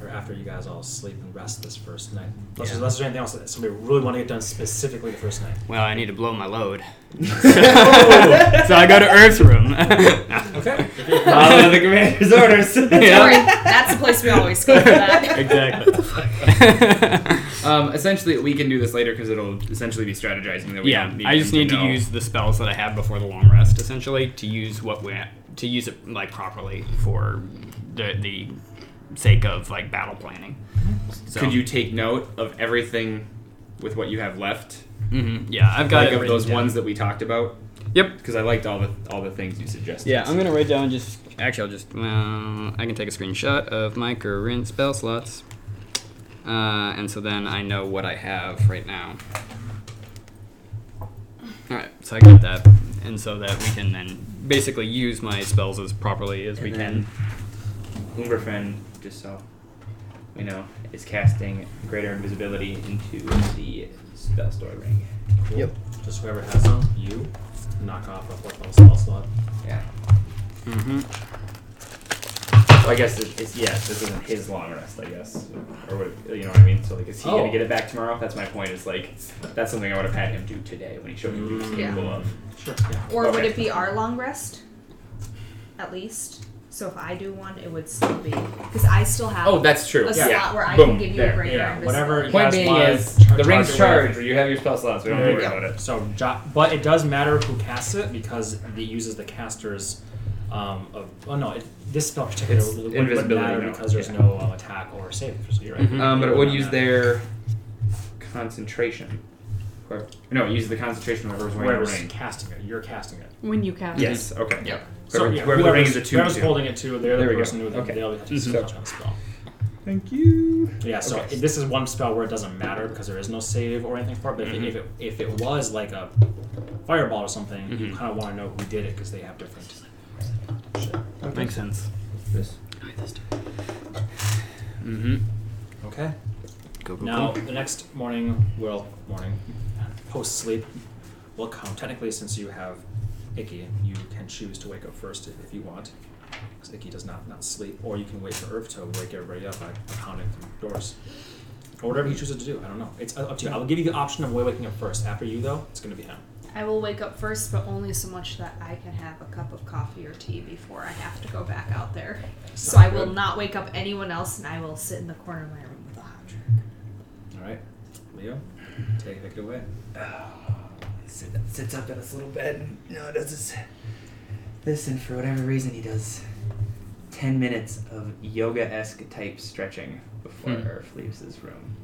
Speaker 3: or after you guys all sleep and rest this first night, unless,
Speaker 1: Yeah.
Speaker 3: unless there's anything else that somebody really want to get done specifically the first night.
Speaker 1: Well, I need to blow my load. so I go to Earth's room.
Speaker 3: Okay.
Speaker 1: Follow the commander's orders.
Speaker 5: Don't worry, that's the place we always go for that.
Speaker 1: Exactly.
Speaker 8: Um, essentially, we can do this later because it'll essentially be strategizing that we
Speaker 1: yeah,
Speaker 8: don't need
Speaker 1: I just
Speaker 8: them
Speaker 1: need to
Speaker 8: know.
Speaker 1: use the spells that I have before the long rest, essentially, to use what we to use it like properly for the the sake of like battle planning. So,
Speaker 8: Could you take note of everything with what you have left?
Speaker 1: hmm yeah, I've got
Speaker 8: like
Speaker 1: it
Speaker 8: of
Speaker 1: written
Speaker 8: those
Speaker 1: down.
Speaker 8: ones that we talked about?
Speaker 1: Yep.
Speaker 8: Because I liked all the all the things you suggested.
Speaker 1: Yeah, I'm gonna write down just. Actually, I'll just. Well, I can take a screenshot of my current spell slots, uh, and so then I know what I have right now. All right, so I got that, and so that we can then basically use my spells as properly as we
Speaker 4: And
Speaker 1: can.
Speaker 4: then Umberfen, just so we know, is casting greater invisibility into the spell store ring.
Speaker 3: Cool. Yep. Just whoever has them, you knock off a fourth level spell slot.
Speaker 4: Yeah.
Speaker 1: Mm-hmm.
Speaker 4: So I guess it, it's yes. This isn't his long rest, I guess, or what, you know what I mean. So like, is he
Speaker 3: Oh.
Speaker 4: gonna get it back tomorrow? That's my point. Is like, that's something I would have had him do today when he showed me what he was
Speaker 5: Yeah.
Speaker 4: capable of.
Speaker 3: Sure. Yeah.
Speaker 5: Or would
Speaker 4: Okay.
Speaker 5: it be our long rest? At least. So if I do one, it would still be because I still have
Speaker 4: Oh, that's true.
Speaker 5: a
Speaker 4: yeah.
Speaker 5: slot where I
Speaker 4: Boom.
Speaker 5: can give you
Speaker 4: there.
Speaker 5: a greater
Speaker 3: Yeah,
Speaker 5: invisibility.
Speaker 3: whatever you
Speaker 4: Point
Speaker 3: guys
Speaker 4: being
Speaker 3: want
Speaker 4: is
Speaker 3: char-
Speaker 4: the ring's
Speaker 3: charge it
Speaker 4: charged. You have your spell slots. We don't have to worry
Speaker 3: Yeah.
Speaker 4: about it.
Speaker 3: So, jo- but it does matter who casts it because it uses the caster's. Um, of, oh no, it, this spell particular
Speaker 4: It's
Speaker 3: would, would
Speaker 4: invisibility
Speaker 3: matter
Speaker 4: now,
Speaker 3: because there's
Speaker 4: yeah.
Speaker 3: no um, attack or save. So you're right.
Speaker 1: Mhm.
Speaker 4: Um, but it would use
Speaker 3: Yeah.
Speaker 4: their concentration. Or, no, it uses the concentration of whoever's wearing the
Speaker 3: Whoever's
Speaker 4: ring.
Speaker 3: casting it, you're casting it.
Speaker 6: When you cast it.
Speaker 4: Yes. Okay.
Speaker 3: Yeah. So
Speaker 4: Whoever,
Speaker 3: yeah,
Speaker 4: whoever the ring
Speaker 3: whoever's,
Speaker 4: is a two.
Speaker 3: whoever's
Speaker 4: to.
Speaker 3: holding it to, they're
Speaker 4: There we
Speaker 3: the
Speaker 4: go.
Speaker 3: person who
Speaker 4: Okay. Mm-hmm.
Speaker 3: they'll have to touch on the spell.
Speaker 4: Thank you.
Speaker 3: Yeah, so
Speaker 4: Okay.
Speaker 3: it- this is one spell where it doesn't matter because there is no save or anything for it. But if it-
Speaker 4: Mm-hmm.
Speaker 1: Mhm.
Speaker 3: if, it, if it was like a fireball or something, you
Speaker 4: Mm-hmm.
Speaker 1: Mhm.
Speaker 3: kind of want to know who did it because they have different. Shit.
Speaker 1: Makes sense.
Speaker 4: Yes.
Speaker 1: Mm-hmm.
Speaker 3: Okay.
Speaker 1: Go go
Speaker 3: Now
Speaker 1: go.
Speaker 3: the next morning, well, morning, post sleep, will come. Technically, since you have Icky, you can choose to wake up first if, if you want, because Icky does not not sleep, or you can wait for Irv to wake everybody up by pounding through doors, or whatever he chooses to do. I don't know. It's up to you. I will give you the option of waking up first. After you, though, it's going to be him.
Speaker 5: I will wake up first, but only so much that I can have a cup of coffee or tea before I have to go back out there. So I will not wake up anyone else, and I will sit in the corner of my room with a hot drink.
Speaker 3: All right, Leo, take it away.
Speaker 4: Sit, sits up in his little bed. and, You know, does this. Listen, for whatever reason, he does ten minutes of yoga-esque type stretching before
Speaker 1: Hmm.
Speaker 4: Earth leaves his room.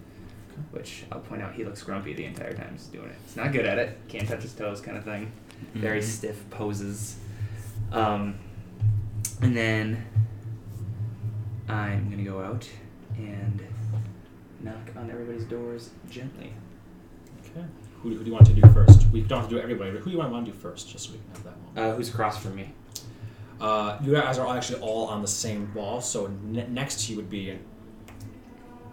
Speaker 4: Which I'll point out, he looks grumpy the entire time he's doing it. He's not good at it. Can't touch his toes, kind of thing. Very
Speaker 1: Mhm.
Speaker 4: stiff poses. Um, and then I'm gonna go out and knock on everybody's doors gently.
Speaker 3: Okay. Who, who do you want to do first? We don't have to do everybody, but who do you want to do first, just so we can have that one.
Speaker 4: Uh, who's across from me?
Speaker 3: Uh, you guys are actually all on the same wall, so ne- next to you would be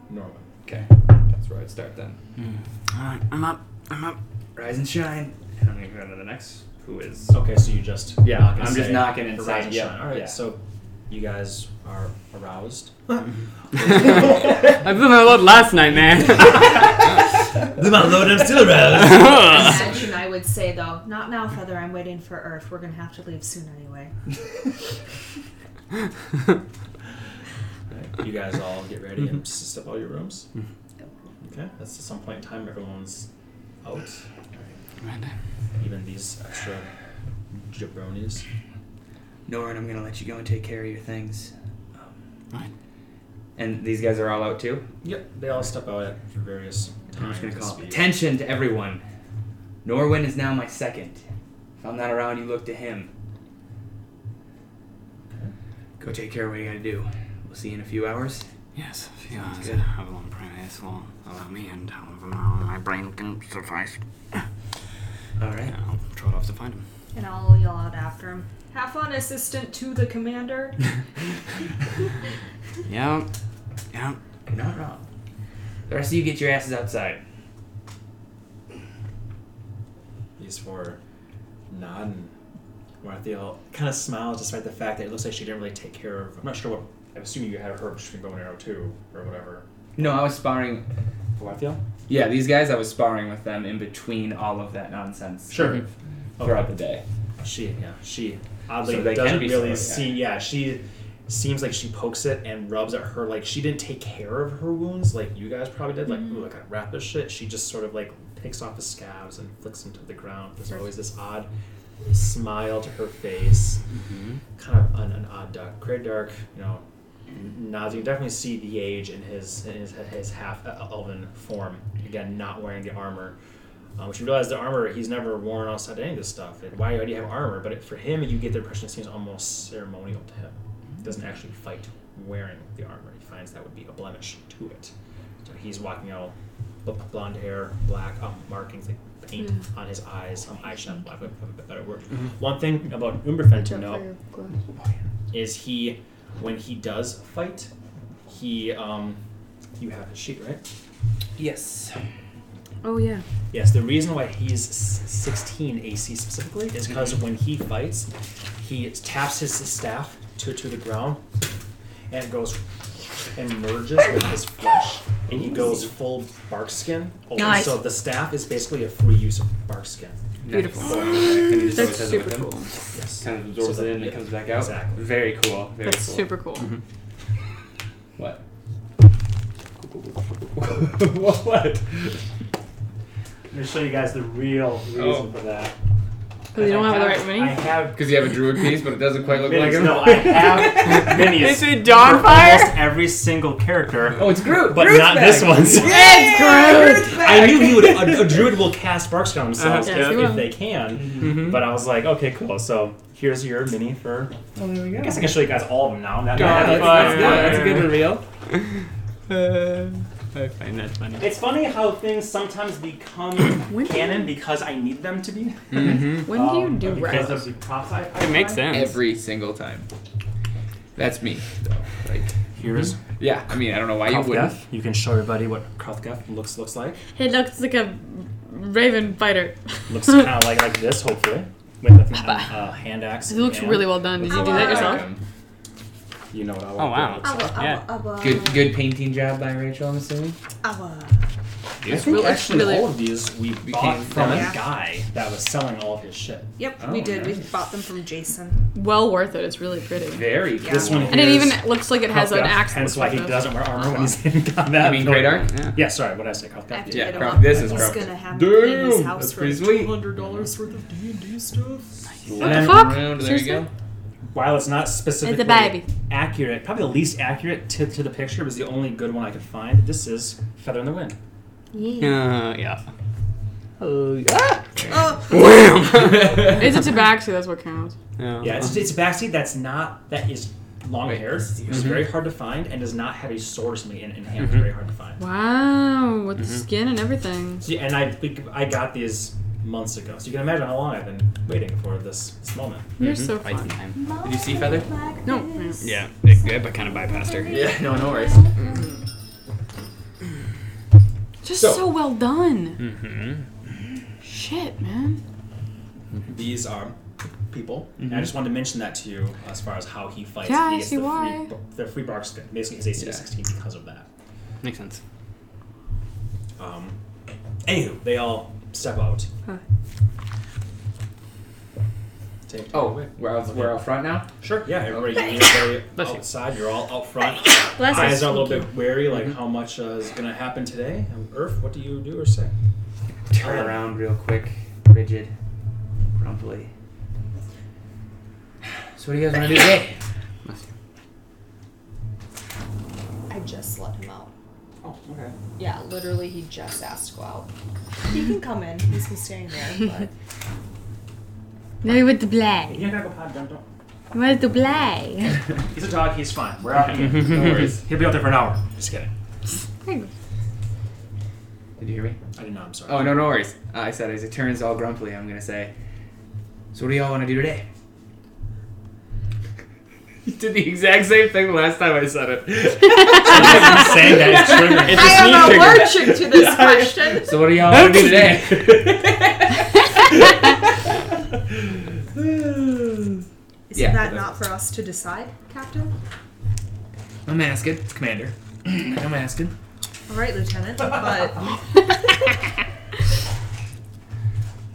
Speaker 3: Norman.
Speaker 4: Okay, that's where I'd start then.
Speaker 1: Hmm. All right, I'm up. I'm up.
Speaker 4: Rise and shine. And I'm gonna go to the next, who is
Speaker 3: Okay, so you just
Speaker 4: Yeah,
Speaker 3: knock and
Speaker 4: I'm just
Speaker 3: say,
Speaker 4: knocking and saying,
Speaker 3: "Arouse and
Speaker 4: yeah,
Speaker 3: shine." All right,
Speaker 4: yeah.
Speaker 3: so you guys are aroused.
Speaker 1: I blew my load last night, man.
Speaker 3: I'm still aroused.
Speaker 5: Imagine I would say though, not now, Feather. I'm waiting for Earth. We're gonna have to leave soon anyway.
Speaker 3: You guys all get ready
Speaker 1: Mm-hmm.
Speaker 3: and s- step out of your rooms. Okay, that's at some point in time everyone's out. Even these extra jabronis.
Speaker 4: Norrin, I'm gonna let you go and take care of your things. Um,
Speaker 1: Right.
Speaker 4: And these guys are all out too.
Speaker 3: Yep, they all step out at various
Speaker 4: I'm
Speaker 3: times.
Speaker 4: just gonna
Speaker 3: and
Speaker 4: call
Speaker 3: speed.
Speaker 4: attention to everyone. Norwin is now my second. If I'm not around, you look to him. Go take care of what you gotta do. We'll see you in a few hours.
Speaker 1: yes, if you
Speaker 4: Sounds
Speaker 1: guys
Speaker 4: good.
Speaker 1: have a long practice, will allow me and however long my brain can suffice.
Speaker 4: All right.
Speaker 1: Yeah, I'll trot off to find him.
Speaker 5: And I'll yell out after him. Have fun, assistant to the commander.
Speaker 1: Yeah, yeah.
Speaker 4: You're not wrong. The rest of you get your asses outside.
Speaker 3: These four nod and Marathiel kind of smiles despite the fact that it looks like she didn't really take care of. I'm not sure what. I'm assuming you had her between bow and arrow too, or whatever.
Speaker 4: No, I was sparring.
Speaker 3: Marathiel?
Speaker 4: Yeah, these guys, I was sparring with them in between all of that nonsense.
Speaker 3: Sure.
Speaker 4: Throughout the day.
Speaker 3: She, yeah, she oddly
Speaker 4: So they can
Speaker 3: doesn't
Speaker 4: be
Speaker 3: really
Speaker 4: similar,
Speaker 3: see. Yeah, she seems like she pokes it and rubs at her like she didn't take care of her wounds like you guys probably did. Like, ooh, I gotta wrap this shit. She just sort of like picks off the scabs and flicks them to the ground. There's always this odd smile to her face,
Speaker 4: Mm-hmm.
Speaker 3: kind of an, an odd duck. Great dark, you know. Nods. You can definitely see the age in his in his, his half uh, elven form. Again, not wearing the armor. Um, which you realize the armor he's never worn outside any of this stuff. And why do you have armor? But it, for him, you get the impression it seems almost ceremonial to him. He doesn't actually fight wearing the armor. He finds that would be a blemish to it. So he's walking out, bl- blonde hair, black um, markings, like paint on his eyes, um, eyeshadow, black, but but- but better word. One thing about Umberfen to know is he when he does fight he um you have his sheet right
Speaker 4: Yes.
Speaker 6: Oh yeah.
Speaker 3: yes the reason why he's s- 16 ac specifically is because when he fights he taps his staff to, to the ground and goes and merges with his flesh and he goes full bark skin open.
Speaker 7: Nice.
Speaker 3: so the staff is basically a free use of bark skin
Speaker 6: Beautiful.
Speaker 4: Nice. And it just
Speaker 6: That's
Speaker 4: always has it with
Speaker 6: super
Speaker 4: him.
Speaker 6: cool.
Speaker 3: yes
Speaker 4: Kind of absorbs
Speaker 3: So
Speaker 4: it in and
Speaker 3: that-
Speaker 4: it comes back out.
Speaker 3: Exactly.
Speaker 4: Very cool. Very
Speaker 6: That's
Speaker 4: cool.
Speaker 6: super cool.
Speaker 4: What? what?
Speaker 9: Let me show you guys the real reason
Speaker 8: Oh.
Speaker 9: for that.
Speaker 6: Because you don't have the right
Speaker 9: I
Speaker 6: mini.
Speaker 9: have
Speaker 8: Because you have a druid piece, but it doesn't quite look like
Speaker 9: minis.
Speaker 8: him.
Speaker 9: No, I have minis.
Speaker 1: Is it
Speaker 9: for
Speaker 1: Dawnfire?
Speaker 9: Almost every single character,
Speaker 8: Oh, it's Groot.
Speaker 3: but
Speaker 8: Groot's
Speaker 3: not
Speaker 8: back.
Speaker 3: this one so- I knew he would. A, a druid will cast bark scout themselves
Speaker 6: Uh-huh. Yes,
Speaker 3: if,
Speaker 6: he
Speaker 3: if
Speaker 6: will.
Speaker 3: they can.
Speaker 4: Mm-hmm.
Speaker 3: But I was like, okay, cool. So here's your mini for.
Speaker 4: Oh, there we go.
Speaker 3: I guess I can show you guys all of them now. Now that I
Speaker 8: God,
Speaker 3: have
Speaker 8: that's,
Speaker 3: it.
Speaker 8: that's, good. that's a good reveal.
Speaker 1: I find that funny.
Speaker 9: it's funny how things sometimes become canon because I need them to be.
Speaker 6: When do you
Speaker 9: Um,
Speaker 6: do
Speaker 9: because
Speaker 6: right?
Speaker 9: of the props I- I
Speaker 1: It makes
Speaker 9: find.
Speaker 1: sense.
Speaker 8: Mm-hmm. Every single time. That's me, though. Right?
Speaker 3: Here's
Speaker 8: Yeah. I mean, I don't know why you wouldn't.
Speaker 3: Kruthgef. You can show everybody what Kruthgef looks looks like.
Speaker 6: It looks like a raven fighter.
Speaker 3: Looks kind of like like this, hopefully. With a uh, hand axe.
Speaker 6: Ah, It looks
Speaker 3: and-
Speaker 6: really well done. Did you do
Speaker 5: Ow.
Speaker 6: that
Speaker 8: Like
Speaker 6: yourself?
Speaker 8: him.
Speaker 3: You know what I
Speaker 1: Oh, wow.
Speaker 3: want.
Speaker 1: Yeah.
Speaker 5: uh,
Speaker 4: Good, good painting job by Rachel. I'm assuming.
Speaker 3: I think
Speaker 6: really-
Speaker 3: actually
Speaker 6: really-
Speaker 3: all of these we bought
Speaker 8: Became
Speaker 3: from a
Speaker 5: feminist.
Speaker 3: guy that was selling all of his shit.
Speaker 5: Yep,
Speaker 4: Oh,
Speaker 5: we did. We
Speaker 4: nice.
Speaker 5: bought them from Jason.
Speaker 6: Well worth it. It's really pretty.
Speaker 4: Very cool.
Speaker 3: This one
Speaker 6: And it
Speaker 3: here's
Speaker 6: even looks like it has an
Speaker 3: Kruthgef,
Speaker 6: axe.
Speaker 3: Oh, Hence
Speaker 6: that
Speaker 3: why
Speaker 6: looks
Speaker 3: he
Speaker 6: like
Speaker 3: doesn't wear armor when he's in combat.
Speaker 8: I mean, great arc.
Speaker 1: Yeah.
Speaker 3: Yeah, sorry. What did I say? Kruthgef.
Speaker 5: After
Speaker 8: Yeah,
Speaker 5: you get him
Speaker 8: Crump,
Speaker 5: up,
Speaker 8: this is
Speaker 5: he's
Speaker 8: Crump.
Speaker 5: gonna have him in his
Speaker 8: Damn,
Speaker 5: house
Speaker 8: that's
Speaker 5: for
Speaker 8: pretty sweet.
Speaker 3: hundred dollars worth of D and D stuff.
Speaker 6: What the
Speaker 3: And
Speaker 6: fuck?
Speaker 8: Around, there
Speaker 6: Seriously?
Speaker 8: you go.
Speaker 3: while it's not specifically
Speaker 6: baby.
Speaker 3: accurate, probably the least accurate to, to the picture was the only good one I could find. This is Feather in the Wind.
Speaker 1: Uh, yeah.
Speaker 5: Oh,
Speaker 6: It's a tabaxi. That's what counts.
Speaker 1: Yeah.
Speaker 3: Yeah, it's, it's a backseat that's not that is long haired. It's very hard to find and does not have a sword or something in, in hand. It's very hard to find.
Speaker 6: Wow, with the skin and everything.
Speaker 3: So, yeah, and I I got these months ago, so you can imagine how long I've been waiting for this, this moment.
Speaker 6: You're so fun.
Speaker 1: time.
Speaker 8: Did you see Feather?
Speaker 6: No.
Speaker 1: Yeah, I, I kind of bypassed her.
Speaker 8: Yeah. No, no worries.
Speaker 6: Just
Speaker 3: So-
Speaker 6: so well done.
Speaker 1: Mm-hmm.
Speaker 6: Shit, man.
Speaker 3: these are people. And I just wanted to mention that to you as far as how he fights.
Speaker 6: Yeah,
Speaker 3: he
Speaker 6: I
Speaker 3: gets
Speaker 6: see
Speaker 3: the
Speaker 6: why.
Speaker 3: Free, bar- the free bark skin. Basically, his AC is 16 because of that.
Speaker 1: Makes sense.
Speaker 3: Um, anywho, they all step out.
Speaker 6: Huh.
Speaker 3: Take- take it
Speaker 4: Oh,
Speaker 3: away.
Speaker 4: we're out, we're out front now?
Speaker 3: sure. Yeah, everybody, you're very
Speaker 1: Bless you.
Speaker 3: outside. You're all out front.
Speaker 6: Bless
Speaker 3: Eyes
Speaker 6: us.
Speaker 3: are a little
Speaker 6: Thank
Speaker 3: bit wary, like how much uh, is going to happen today. Um, Earth, what do you do or say?
Speaker 4: Turn around real quick, rigid, grumpily. So what do you guys want to do today?
Speaker 5: I just let him out.
Speaker 4: Oh, okay.
Speaker 5: Yeah, literally, he just asked to go out. He can come in. He's been staying there,
Speaker 6: you. Now with the play.
Speaker 9: You're not gonna go pod jump, don't.
Speaker 6: Where's the play?
Speaker 9: He's a dog. He's fine. We're out here.
Speaker 3: Mm-hmm.
Speaker 9: no worries. He'll be out there for an hour.
Speaker 3: Just kidding.
Speaker 4: Did you hear me?
Speaker 3: I didn't know. I'm sorry.
Speaker 4: Oh, no, no worries. Uh, I said, as he turns all grumpily, I'm going to say, So what do y'all want to do today? You did the exact same thing the last time I said it.
Speaker 3: saying that is triggering.
Speaker 1: It's
Speaker 6: I
Speaker 1: a sneak
Speaker 6: am
Speaker 1: trigger.
Speaker 6: allergic to this question.
Speaker 4: so what do y'all want to do today?
Speaker 5: but is
Speaker 4: Yeah,
Speaker 5: that
Speaker 4: but-
Speaker 5: not for us to decide, Captain?
Speaker 4: I'm asking. It's Commander. I'm asking.
Speaker 5: All right, Lieutenant. But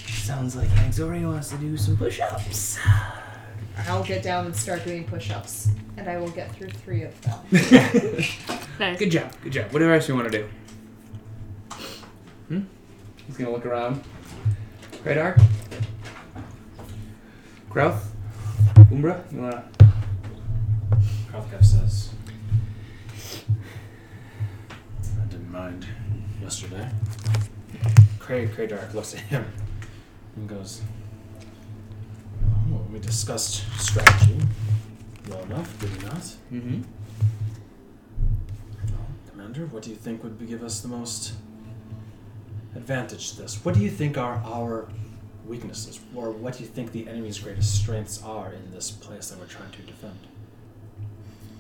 Speaker 4: Sounds like Hanxoria wants to do some push-ups.
Speaker 5: I'll get down and start doing push-ups, and I will get through three of them.
Speaker 6: Nice.
Speaker 4: Good job. Good job. Whatever else you want to do. Hmm? He's gonna look around. Radar. Krauth. Umbra. You wanna?
Speaker 3: Kravkov says. I didn't mind yesterday. Cray Craydark looks at him and goes, "Well, Oh, we discussed strategy well enough, did we not?
Speaker 4: Mm-hmm.
Speaker 3: Commander, what do you think would be- give us the most advantage to this? What do you think are our weaknesses, or what do you think the enemy's greatest strengths are in this place that we're trying to defend?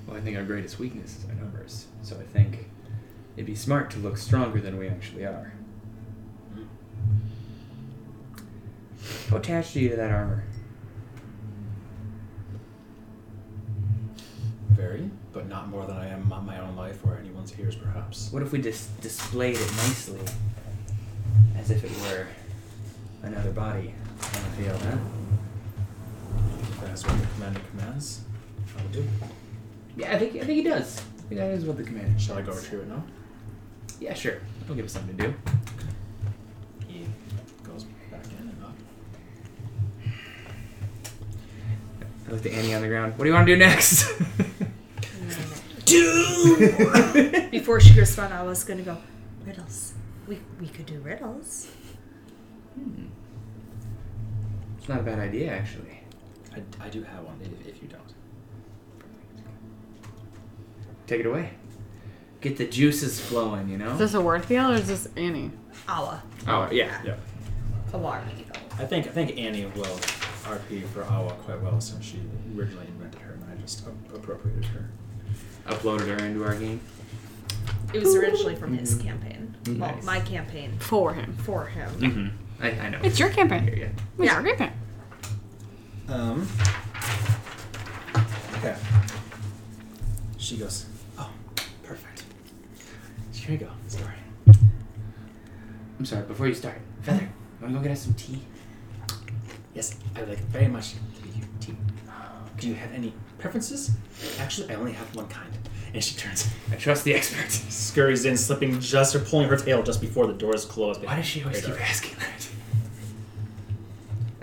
Speaker 4: Well, I think our greatest weakness is our numbers. So I think it'd be smart to look stronger than we actually are. How attached are you to that armor?
Speaker 3: Very, but not more than I am on my own life or anyone's ears, perhaps.
Speaker 4: What if we dis- displayed it nicely, as if it were another body on the field, huh?
Speaker 3: If that's what the commander commands, I will do.
Speaker 4: Yeah, I think I think he does. I think that is what the commander.
Speaker 3: Shall I go retrieve it now?
Speaker 4: Yeah, sure. I'll give us something to do.
Speaker 3: He goes back in and up.
Speaker 4: I looked at Annie on the ground. What do you want to do next?
Speaker 5: Before she responded, I was gonna go riddles. We we could do riddles.
Speaker 4: it's not a bad idea, actually.
Speaker 3: I, I do have one, if, if you don't.
Speaker 4: Take it away. Get the juices flowing, you
Speaker 6: Is
Speaker 4: know.
Speaker 6: this a word fail or is this Annie?
Speaker 5: Awa,
Speaker 4: Oh yeah.
Speaker 5: alarm
Speaker 3: I think I think Annie will RP for Awa quite well since she originally invented her and I just ap- appropriated her.
Speaker 4: Uploaded her into our game.
Speaker 5: It was originally from his campaign. Well,
Speaker 4: Mm-hmm. Nice.
Speaker 5: my campaign
Speaker 6: For him.
Speaker 5: for him.
Speaker 4: I, I know.
Speaker 6: It's your campaign.
Speaker 4: yeah.
Speaker 6: It's your campaign.
Speaker 3: Um. Okay. She goes, Oh, perfect. Here you go. Sorry.
Speaker 4: I'm sorry. Before you start, Feather, wanna go get us some tea?
Speaker 3: Yes, I would like very much tea. tea. Um, Do you have any preferences? Actually, I only have one kind. And she turns,
Speaker 4: I trust the experts.
Speaker 3: scurries in, slipping just or pulling her tail just before the doors close.
Speaker 4: Why does she always
Speaker 3: Radar.
Speaker 4: keep asking that?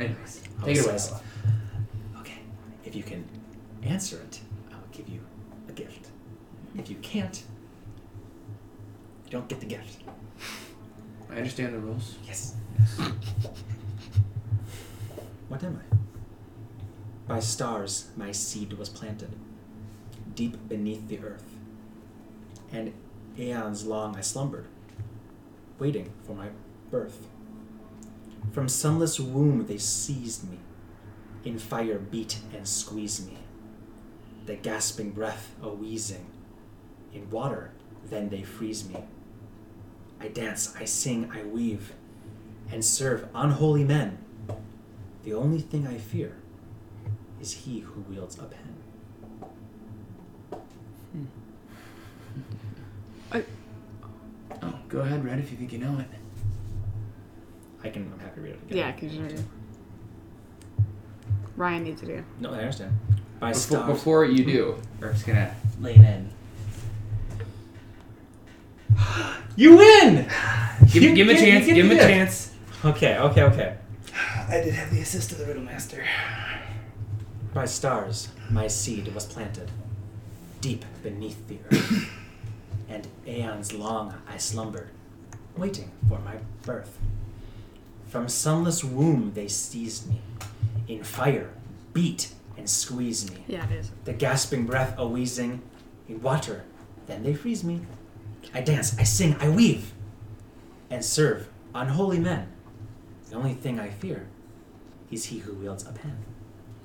Speaker 4: Anyways,
Speaker 3: I
Speaker 4: take it
Speaker 3: was
Speaker 4: away.
Speaker 3: so- Oh, Okay, if you can answer it, I'll give you a gift. If you can't, you don't get the gift.
Speaker 4: I understand the rules.
Speaker 3: Yes. what am I? By stars, my seed was planted, deep beneath the earth. And aeons long I slumbered, waiting for my birth. From sunless womb they seized me, in fire beat and squeezed me. The gasping breath a wheezing, in water then they freeze me. I dance, I sing, I weave, and serve unholy men. The only thing I fear is he who wields a pen.
Speaker 8: Oh, go ahead, Red, if you think you know it.
Speaker 3: I can. I'm happy to read it again.
Speaker 6: Yeah, because you do. Ryan needs to do.
Speaker 3: No, I understand. By
Speaker 8: Before,
Speaker 3: stuff.
Speaker 8: before you do, Erp's gonna lean in.
Speaker 3: You win.
Speaker 8: Give,
Speaker 3: You
Speaker 8: give him a
Speaker 3: get- you
Speaker 8: chance.
Speaker 3: get
Speaker 8: Give him a
Speaker 3: the gift.
Speaker 8: chance.
Speaker 3: Okay. Okay. Okay.
Speaker 8: I did have the assist of the riddle master.
Speaker 3: By stars, my seed was planted, deep beneath the earth, and aeons long I slumbered, waiting for my birth. From sunless womb they seized me, in fire beat and squeezed me.
Speaker 6: Yeah, it is.
Speaker 3: the gasping breath a wheezing in water. Then they freeze me. I dance, I sing, I weave, and serve unholy men. The only thing I fear is he who wields a pen.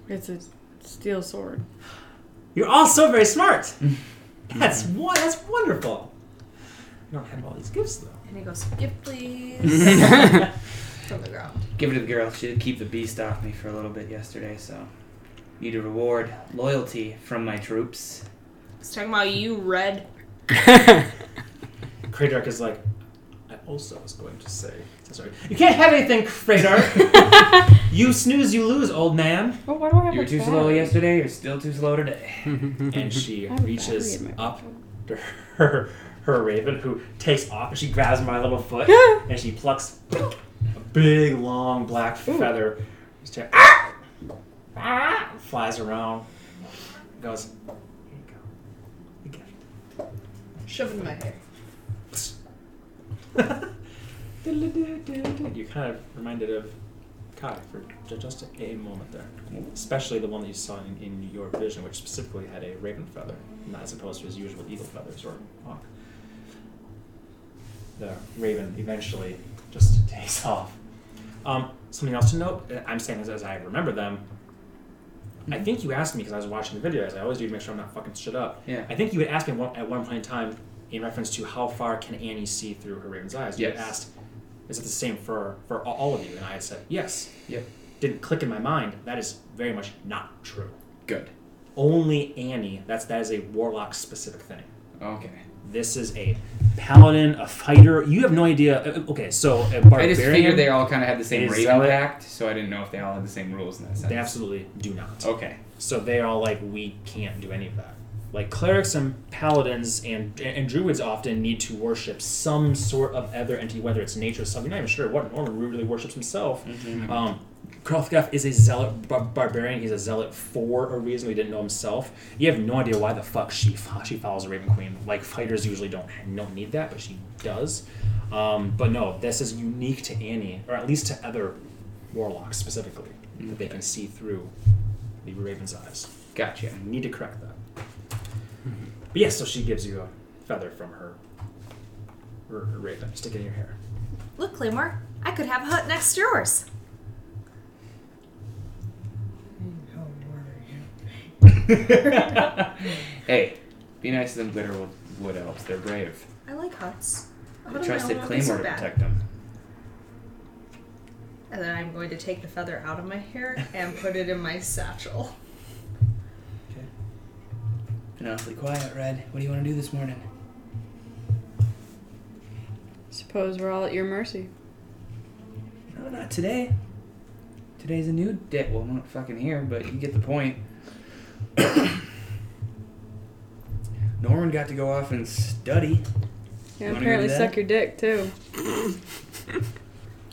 Speaker 6: It's a steel sword.
Speaker 3: You're all so very smart. That's one. That's wonderful. I don't have all these gifts though.
Speaker 5: And he goes, "Skip, please." From the ground.
Speaker 4: Give it to the girl. She did keep the beast off me for a little bit yesterday, so need to reward loyalty from my troops.
Speaker 5: He's talking about you, Red.
Speaker 3: Kradark is like, I also was going to say. So Sorry. You can't have anything, Kradark. you snooze, you lose, old man.
Speaker 6: Well, why do I have
Speaker 4: You were
Speaker 6: a
Speaker 4: too
Speaker 6: bat?
Speaker 4: slow yesterday. You're still too slow today.
Speaker 3: and she
Speaker 6: I have a
Speaker 3: reaches
Speaker 6: battery in my
Speaker 3: up to her her raven who takes off and she grabs my little foot and she plucks a big long black feather Just take- ah! Ah! flies around goes here you go The gift."
Speaker 5: Shove it in my hair.
Speaker 3: you kind of reminded of Kai for ju- just a moment there especially the one that you saw in, in your vision which specifically had a raven feather not as opposed to his usual eagle feathers or hawk the raven eventually just takes off. Um, something else to note, uh, I'm saying this as I remember them. I think you asked me because I was watching the video, as I always do to make sure I'm not fucking shit up.
Speaker 8: Yeah.
Speaker 3: I think you had asked me one, at one point in time in reference to how far can Annie see through her raven's eyes. You had
Speaker 8: Yes.
Speaker 3: asked, is it the same for, for a- all of you? And I had said, yes.
Speaker 8: Yep.
Speaker 3: Didn't click in my mind. That is very much not true.
Speaker 8: Good.
Speaker 3: Only Annie, that's, that is a warlock specific thing.
Speaker 8: Okay.
Speaker 3: This is a paladin, a fighter. You have no idea. uh, Okay, so a barbarian.
Speaker 8: I just figured they all kind of had the
Speaker 3: Is
Speaker 8: same
Speaker 3: that
Speaker 8: raven
Speaker 3: it?
Speaker 8: pact, so I didn't know if they all had the same rules in that sense.
Speaker 3: They absolutely do not.
Speaker 8: Okay.
Speaker 3: So they are like, we can't do any of that. Like clerics and paladins and and druids often need to worship some sort of other entity, whether it's nature or something. Not even sure what Norman really worships himself. Um, Kralthgaf is a zealot bar- barbarian. He's a zealot for a reason we didn't know himself. You have no idea why the fuck she fo- she follows a Raven Queen. Like fighters usually don't don't need that, but she does. Um, but no, this is unique to Annie, or at least to other warlocks specifically, that they can see through the Raven's eyes.
Speaker 8: Gotcha.
Speaker 3: I need to correct that. But yes, so she gives you a feather from her, her, her raven. Stick it in your hair.
Speaker 5: Look, Claymore, I could have a hut next to yours.
Speaker 8: Hey, be nice to them glitter wood- wood elves. They're brave.
Speaker 5: I like huts.
Speaker 8: They
Speaker 5: A hut of my
Speaker 8: trusted
Speaker 5: own wouldn't be so
Speaker 8: Claymore to
Speaker 5: bad.
Speaker 8: protect them.
Speaker 5: And then I'm going to take the feather out of my hair and put it in my satchel.
Speaker 8: Been awfully quiet, Red. What do you want to do this morning?
Speaker 6: Suppose we're all at your mercy.
Speaker 8: No, not today. Today's a new day. Well, I'm not fucking here, but you get the point. Norman got to go off and study.
Speaker 6: Yeah,
Speaker 8: You wanna go
Speaker 6: apparently
Speaker 8: do that?
Speaker 6: suck your dick too.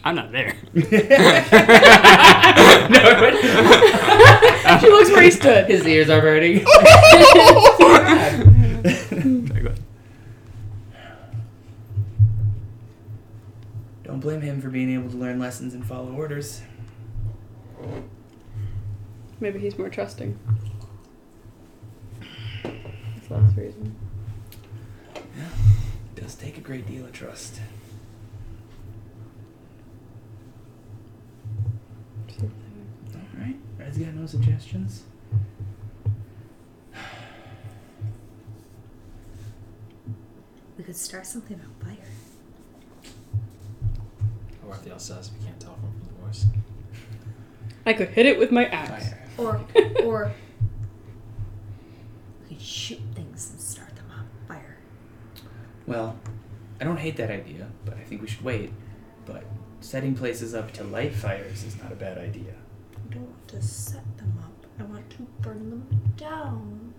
Speaker 1: I'm not there.
Speaker 6: she looks pretty stood.
Speaker 8: His ears are burning. Don't blame him for being able to learn lessons and follow orders.
Speaker 6: Maybe he's more trusting. That's the last reason.
Speaker 8: It does take a great deal of trust. Alright. Red's got no suggestions.
Speaker 5: We could start something on fire.
Speaker 3: Or if the else says, if you can't tell from the voice.
Speaker 6: I could hit it with my axe.
Speaker 5: Or or we could shoot things and start them on fire.
Speaker 4: Well, I don't hate that idea, but I think we should wait. But setting places up to light fires is not a bad idea.
Speaker 5: I don't want to set them up. I want to burn them down.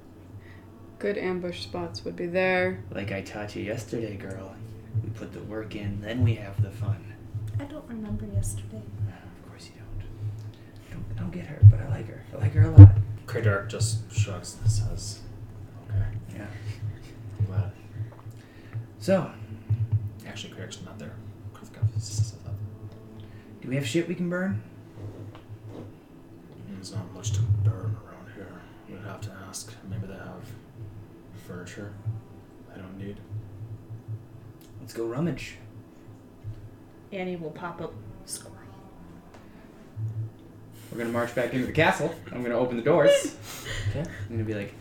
Speaker 6: Good ambush spots would be there.
Speaker 4: Like I taught you yesterday, girl. We put the work in, then we have the fun.
Speaker 5: I don't remember yesterday.
Speaker 4: Of course you don't. I don't, I don't get her, but I like her. I like her a lot.
Speaker 3: Kradark just shrugs and says, "Okay,
Speaker 4: Yeah.
Speaker 3: I'm glad."
Speaker 4: So,
Speaker 3: Actually, Kradark's not there. Kravkov says that.
Speaker 4: do we have shit we can burn?
Speaker 3: Mm-hmm. There's not much to burn around here. We'd have to ask. Maybe they have furniture I don't need.
Speaker 4: Let's go rummage.
Speaker 5: Annie will pop up squirrel.
Speaker 4: We're gonna march back into the castle. I'm gonna open the doors. Okay. I'm gonna be like,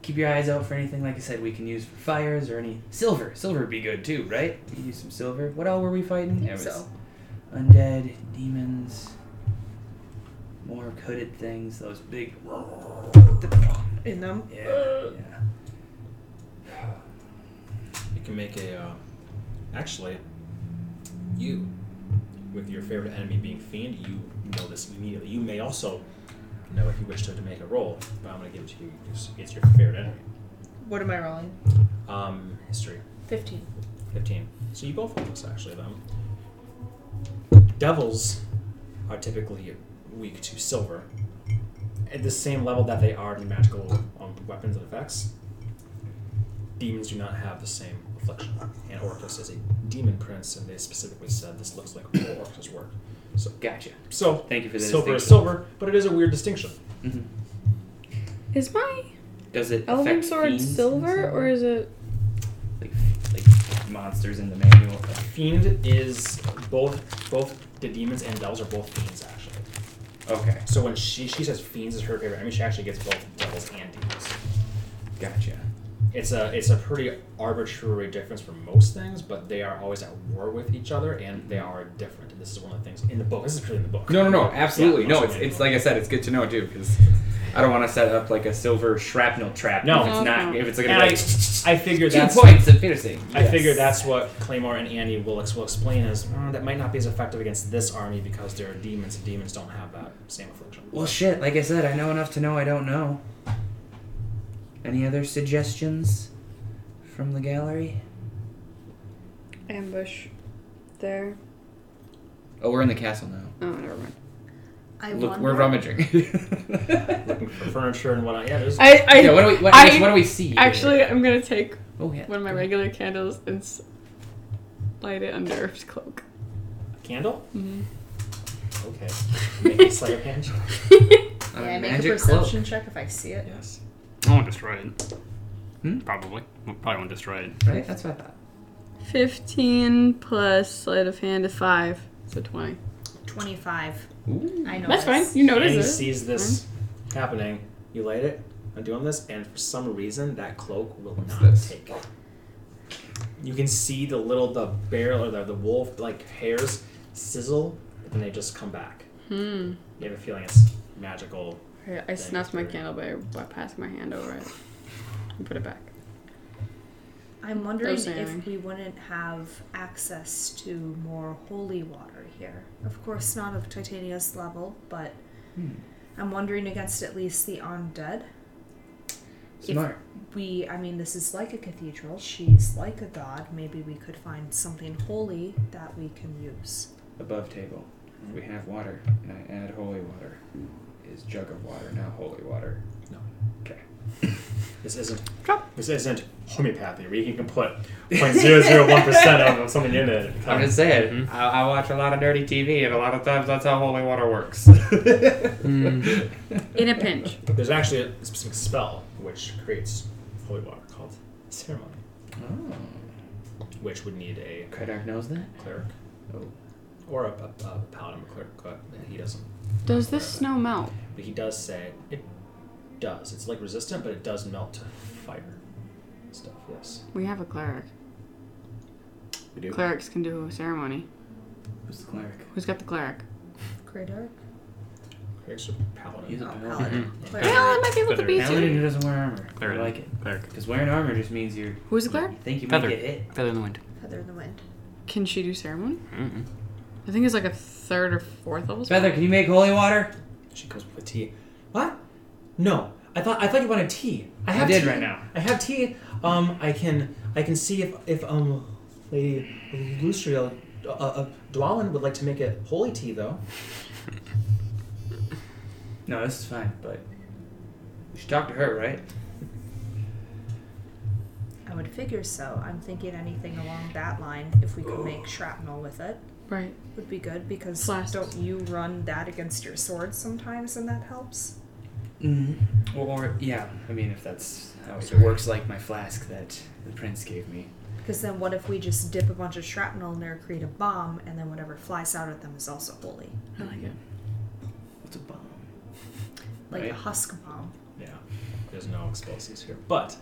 Speaker 4: keep your eyes out for anything. Like I said, we can use for fires or any silver. Silver would be good too, right? We can use some silver. What all were we fighting?
Speaker 5: think
Speaker 4: It was
Speaker 5: so.
Speaker 4: Undead, demons, more hooded things. Those big.
Speaker 5: In them.
Speaker 4: Yeah. yeah.
Speaker 3: You can make a. Uh, actually, you, with your favorite enemy being Fiend, you know this immediately. You may also know if you wish to, to make a roll, but I'm going to give it to you. It's, it's your favorite enemy.
Speaker 5: What am I rolling?
Speaker 3: Um, history.
Speaker 5: Fifteen.
Speaker 3: 15. So you both almost actually them. Devils are typically weak to silver at the same level that they are to magical um, weapons and effects. Demons do not have the same affliction. And Orcus is a demon prince, and they specifically said this looks like all Orcus work.
Speaker 4: Gotcha.
Speaker 3: So
Speaker 4: Thank you for the
Speaker 3: silver is
Speaker 4: distinction. Mm-hmm.
Speaker 3: silver, but it is a weird distinction.
Speaker 6: Is my
Speaker 4: Does it
Speaker 6: Elven
Speaker 4: affect
Speaker 6: sword
Speaker 4: fiends and
Speaker 6: silver or is it?
Speaker 4: like like monsters in the manual?
Speaker 3: Fiend is both both the demons and devils are both fiends actually.
Speaker 4: Okay.
Speaker 3: So when she she says fiends is her favorite enemy, she actually gets both devils and demons.
Speaker 4: Gotcha.
Speaker 3: It's a it's a pretty arbitrary difference for most things, but they are always at war with each other and they are different. And this is one of the things in the book. This is really in the book.
Speaker 4: No, no, no, absolutely.
Speaker 3: Yeah,
Speaker 4: no,
Speaker 3: most
Speaker 4: it's,
Speaker 3: of it.
Speaker 4: it's like I said, it's good to know too, because I don't want to set up like a silver shrapnel trap.
Speaker 3: No.
Speaker 4: if it's not.
Speaker 6: Okay.
Speaker 4: If it's
Speaker 3: And
Speaker 4: gonna
Speaker 3: I,
Speaker 4: be like,
Speaker 3: I figured
Speaker 4: two
Speaker 3: that's
Speaker 4: points of piercing.
Speaker 3: I figured that's what Claymore and Annie will, ex- will explain is "Mm, that might not be as effective against this army because they're demons and demons don't have that same affliction.
Speaker 4: Well, shit. Like I said, I know enough to know I don't know. Any other suggestions from the gallery?
Speaker 6: ambush there.
Speaker 4: Oh, we're in the castle now.
Speaker 6: Oh, never mind.
Speaker 5: I
Speaker 4: Look,
Speaker 5: wonder,
Speaker 4: we're rummaging.
Speaker 3: Looking for furniture and whatnot. Yeah, there's
Speaker 6: I, I,
Speaker 4: yeah, what do we? What,
Speaker 6: I-
Speaker 4: what do we see? here?
Speaker 6: actually, I'm gonna take
Speaker 4: Oh yeah.
Speaker 6: one of my regular candles and s- light it under Irv's cloak.
Speaker 3: candle.
Speaker 6: Mm-hmm.
Speaker 3: Okay, make a sleight of hand. check.
Speaker 4: A
Speaker 5: May I make a
Speaker 4: Uh, magic cloak.
Speaker 5: perception check if I see it?
Speaker 3: Yes.
Speaker 1: I won't destroy it.
Speaker 4: Hmm?
Speaker 1: Probably. Probably won't destroy it.
Speaker 4: Right. That's what I thought.
Speaker 6: Fifteen plus sleight of hand is five, so twenty.
Speaker 5: Twenty-five.
Speaker 4: Ooh.
Speaker 5: I know.
Speaker 6: That's fine. You
Speaker 3: Annie
Speaker 6: notice it.
Speaker 3: sees this happening. You light it. I'm doing this, and for some reason, that cloak will
Speaker 4: What's
Speaker 3: not
Speaker 4: this?
Speaker 3: take. You can see the little the bear or the, the wolf like hairs sizzle, and then they just come back.
Speaker 6: Hmm.
Speaker 3: You have a feeling it's magical.
Speaker 6: Okay, I snuffed my candle by, by passing my hand over it and put it back.
Speaker 5: I'm wondering
Speaker 6: Those are-
Speaker 5: if we wouldn't have access to more holy water here. Of course, not of Titania's level, but
Speaker 4: Hmm.
Speaker 5: I'm wondering against at least the undead.
Speaker 4: Smart.
Speaker 5: If we, I mean, this is like a cathedral. She's like a god. Maybe we could find something holy that we can use.
Speaker 4: above table. We have water, and I add holy water. Is jug of water not holy water?
Speaker 3: No.
Speaker 4: Okay.
Speaker 3: This isn't. This isn't homeopathy where you can put 0.001 percent of something in it. at a
Speaker 4: I'm
Speaker 3: time.
Speaker 4: just saying. I, I watch a lot of dirty TV, and a lot of times that's how holy water works. Hmm.
Speaker 6: In a pinch.
Speaker 3: There's actually a specific spell which creates holy water called ceremony,
Speaker 4: oh.
Speaker 3: which would need a
Speaker 4: Kredark knows that.
Speaker 3: cleric.
Speaker 4: Oh.
Speaker 3: Or a, a, a paladin or cleric, but he doesn't.
Speaker 6: Does this snow melt?
Speaker 3: But he does say it does. It's like resistant, but it does melt to fire stuff. Yes.
Speaker 6: We have a cleric.
Speaker 3: We do.
Speaker 6: Clerics can do a ceremony.
Speaker 4: Who's the cleric?
Speaker 6: Who's got the cleric?
Speaker 5: Great arc.
Speaker 3: Here's a paladin.
Speaker 8: He's a paladin.
Speaker 5: Paladin.
Speaker 4: Mm-hmm.
Speaker 5: Cleric.
Speaker 6: Well, I might be able to
Speaker 1: Feather.
Speaker 6: beat
Speaker 8: Paladin
Speaker 6: you.
Speaker 8: who doesn't wear armor.
Speaker 1: Cleric.
Speaker 8: I like it.
Speaker 1: Cleric.
Speaker 8: Because wearing armor just means you're.
Speaker 6: Who's the cleric?
Speaker 8: You think you
Speaker 1: Feather.
Speaker 8: might get hit.
Speaker 1: Feather in the wind.
Speaker 5: Feather in the wind.
Speaker 6: Can she do ceremony?
Speaker 1: Mm-mm.
Speaker 6: I think it's like a third or fourth level. spell.
Speaker 8: Feather, can you make holy water?
Speaker 3: She goes with tea. What? No, I thought I thought you wanted tea. I
Speaker 8: I
Speaker 3: have
Speaker 8: did
Speaker 3: tea.
Speaker 8: right now.
Speaker 3: I have tea. Um, I can I can see if if um, Lady Lustriel uh, uh, Dwalin would like to make it holy tea though.
Speaker 8: No, this is fine, but. You should talk to her, right?
Speaker 5: I would figure so. I'm thinking anything along that line, if we could make shrapnel with it,
Speaker 6: Right.
Speaker 5: would be good because
Speaker 6: Slashes.
Speaker 5: don't you run that against your sword sometimes and that helps?
Speaker 8: Mm-hmm. Or, or, yeah. I mean, if that's how it works, like my flask that the prince gave me.
Speaker 5: Because then what if we just dip a bunch of shrapnel in there, create a bomb, and then whatever flies out at them is also holy?
Speaker 6: I like it.
Speaker 8: What's a bomb?
Speaker 5: Like
Speaker 8: Right.
Speaker 5: a husk bomb.
Speaker 3: Yeah, there's no explosives here, but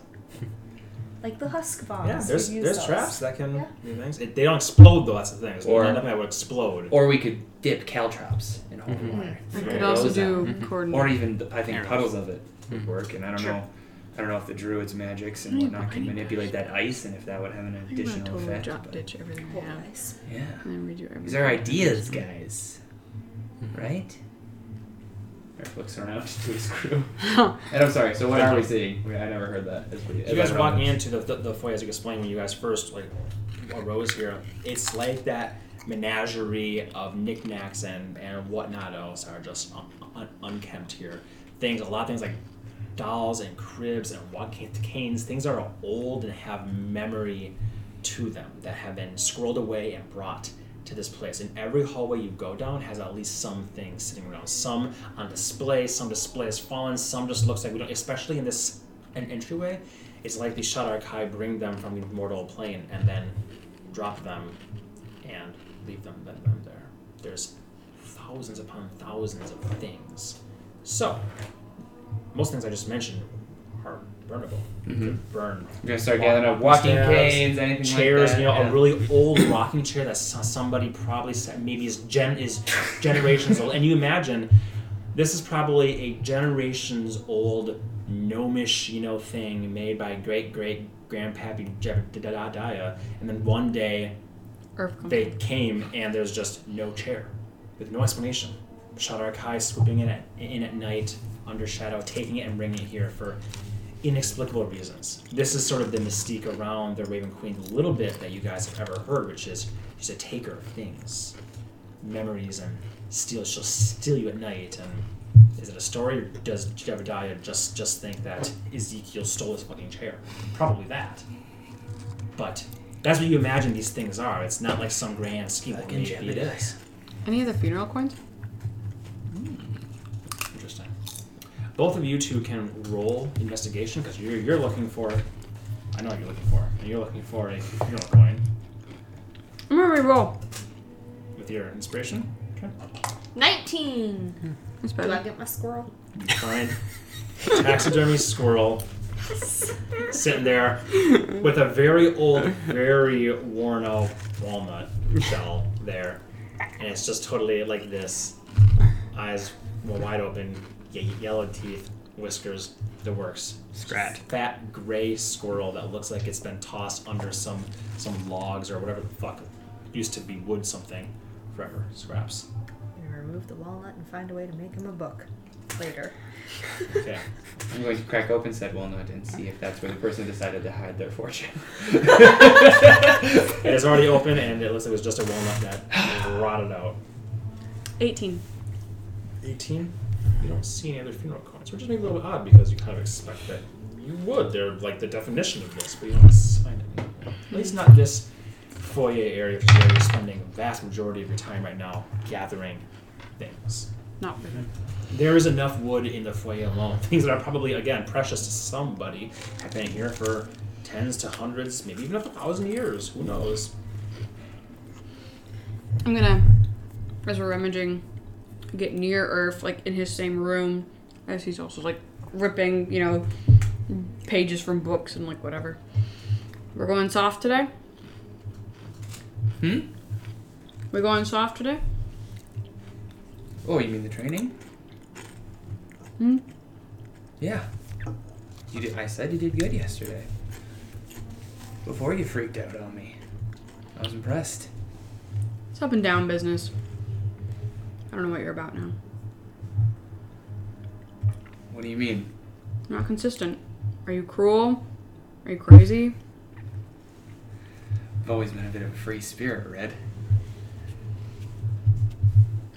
Speaker 5: Like the husk bombs.
Speaker 3: yeah, there's
Speaker 5: we use
Speaker 3: there's
Speaker 5: those.
Speaker 3: traps that can
Speaker 5: Yeah.
Speaker 3: do things. It, they don't explode though. That's the thing. There's
Speaker 8: Or-
Speaker 3: nothing that would explode.
Speaker 8: Or we could dip caltrops in holy water.
Speaker 6: I
Speaker 8: Throw
Speaker 6: could also
Speaker 8: those out.
Speaker 6: do
Speaker 1: Mhm.
Speaker 8: Mm-hmm. or
Speaker 6: coordinate.
Speaker 8: even I think
Speaker 1: Arrows.
Speaker 8: puddles of it
Speaker 1: Mhm.
Speaker 8: would work. And I don't
Speaker 5: Sure.
Speaker 8: know, I don't know if the druid's magics and
Speaker 6: I need-
Speaker 8: whatnot
Speaker 6: I
Speaker 8: can
Speaker 6: need
Speaker 8: manipulate that ice and if that would have an
Speaker 6: I'm gonna
Speaker 8: additional
Speaker 6: totally
Speaker 8: effect.
Speaker 6: drop
Speaker 8: but-
Speaker 6: ditch everything I
Speaker 5: Holy
Speaker 6: have
Speaker 5: ice.
Speaker 8: yeah,
Speaker 6: and then redo everything.
Speaker 8: these are ideas, guys.
Speaker 1: Mhm.
Speaker 8: Right? Eric looks around to his crew. and I'm sorry. So what
Speaker 3: Thank
Speaker 8: are we
Speaker 3: you.
Speaker 8: seeing? We- I never heard that. That's pretty-
Speaker 3: You guys are
Speaker 8: that's
Speaker 3: walking
Speaker 8: wrong.
Speaker 3: into the, the, the foyer as you explained when you guys first like arose here. It's like that menagerie of knickknacks and and whatnot else are just un, un, unkempt here. Things a lot of things like dolls and cribs and walking canes. Things that are old and have memory to them that have been scrolled away and brought to this place. And every hallway you go down has at least some things sitting around. Some on display, some display is fallen, some just looks like we don't especially in this an entryway, it's like the Shadarkai bring them from the mortal plane and then drop them and leave them, them, them there. There's thousands upon thousands of things. So most things I just mentioned are burnable. You
Speaker 4: Mm-hmm.
Speaker 8: Mhm.
Speaker 3: could burn
Speaker 8: We're gonna start gathering up walking
Speaker 3: Walking stabs,
Speaker 8: canes, anything
Speaker 3: chairs,
Speaker 8: like that.
Speaker 3: you know,
Speaker 8: yeah.
Speaker 3: a really old rocking chair that s- somebody probably set, maybe is gen is generations old. And you imagine this is probably a generations old gnomish, you know, thing made by great great grandpappy Jeb da- da- da- Daya, and then one day
Speaker 6: Earth comes
Speaker 3: they came and there's just no chair with no explanation. Shadar Kai swooping in at, in at night under shadow, taking it and bringing it here for inexplicable reasons. This is sort of the mystique around the Raven Queen a little bit that you guys have ever heard, which is she's a taker of things, memories, and steal. She'll steal you at night. And is it a story, or does Jebediah just just think that Ezekiel stole his fucking chair? Probably that. But that's what you imagine these things are. It's not like some grand scheme.
Speaker 8: Fucking
Speaker 3: Maybe it
Speaker 8: Jebediah.
Speaker 3: is.
Speaker 6: Any of the funeral coins?
Speaker 3: Interesting. Both of you two can roll investigation because you're, you're looking for. I know what you're looking for. And you're looking for a funeral coin
Speaker 6: I'm gonna reroll.
Speaker 3: with your inspiration. Okay.
Speaker 5: 19!
Speaker 6: That's
Speaker 5: Do I
Speaker 6: better.
Speaker 5: get my squirrel?
Speaker 3: You find taxidermy squirrel sitting there with a very old, very worn out walnut shell there. And it's just totally like this eyes wide open, ye- yellow teeth, whiskers, the works.
Speaker 1: Scrat.
Speaker 3: fat gray squirrel that looks like it's been tossed under some some logs or whatever the fuck used to be wood something forever scraps.
Speaker 5: I'm gonna remove the walnut and find a way to make him a book later.
Speaker 3: Okay.
Speaker 8: I'm going to crack open said walnut and see if that's where the person decided to hide their fortune.
Speaker 3: it is already open and it looks like it was just a walnut that rotted out.
Speaker 6: 18.
Speaker 3: 18. You don't see any other funeral coins, which is maybe a little odd because you kind of expect that you would. They're like the definition of this, but you don't find it. At least not this foyer area, which is where you're spending the vast majority of your time right now gathering things.
Speaker 6: Not really.
Speaker 8: Mm-hmm.
Speaker 3: There is enough wood in the foyer alone. Things that are probably, again, precious to somebody have been here for tens to hundreds, maybe even up to a thousand years. Who knows?
Speaker 6: I'm gonna, as we're rummaging, get near Earth, like in his same room, as he's also like ripping, you know, pages from books and like whatever. We're going soft today.
Speaker 8: Hmm?
Speaker 6: We're going soft today.
Speaker 8: Oh, you mean the training?
Speaker 6: Hmm?
Speaker 4: Yeah. You did, I said you did good yesterday. Before you freaked out on me. I was impressed.
Speaker 6: It's up and down business. I don't know what you're about now.
Speaker 4: What do you mean?
Speaker 6: You're not consistent. Are you cruel? Are you crazy?
Speaker 4: I've always been a bit of a free spirit, Red.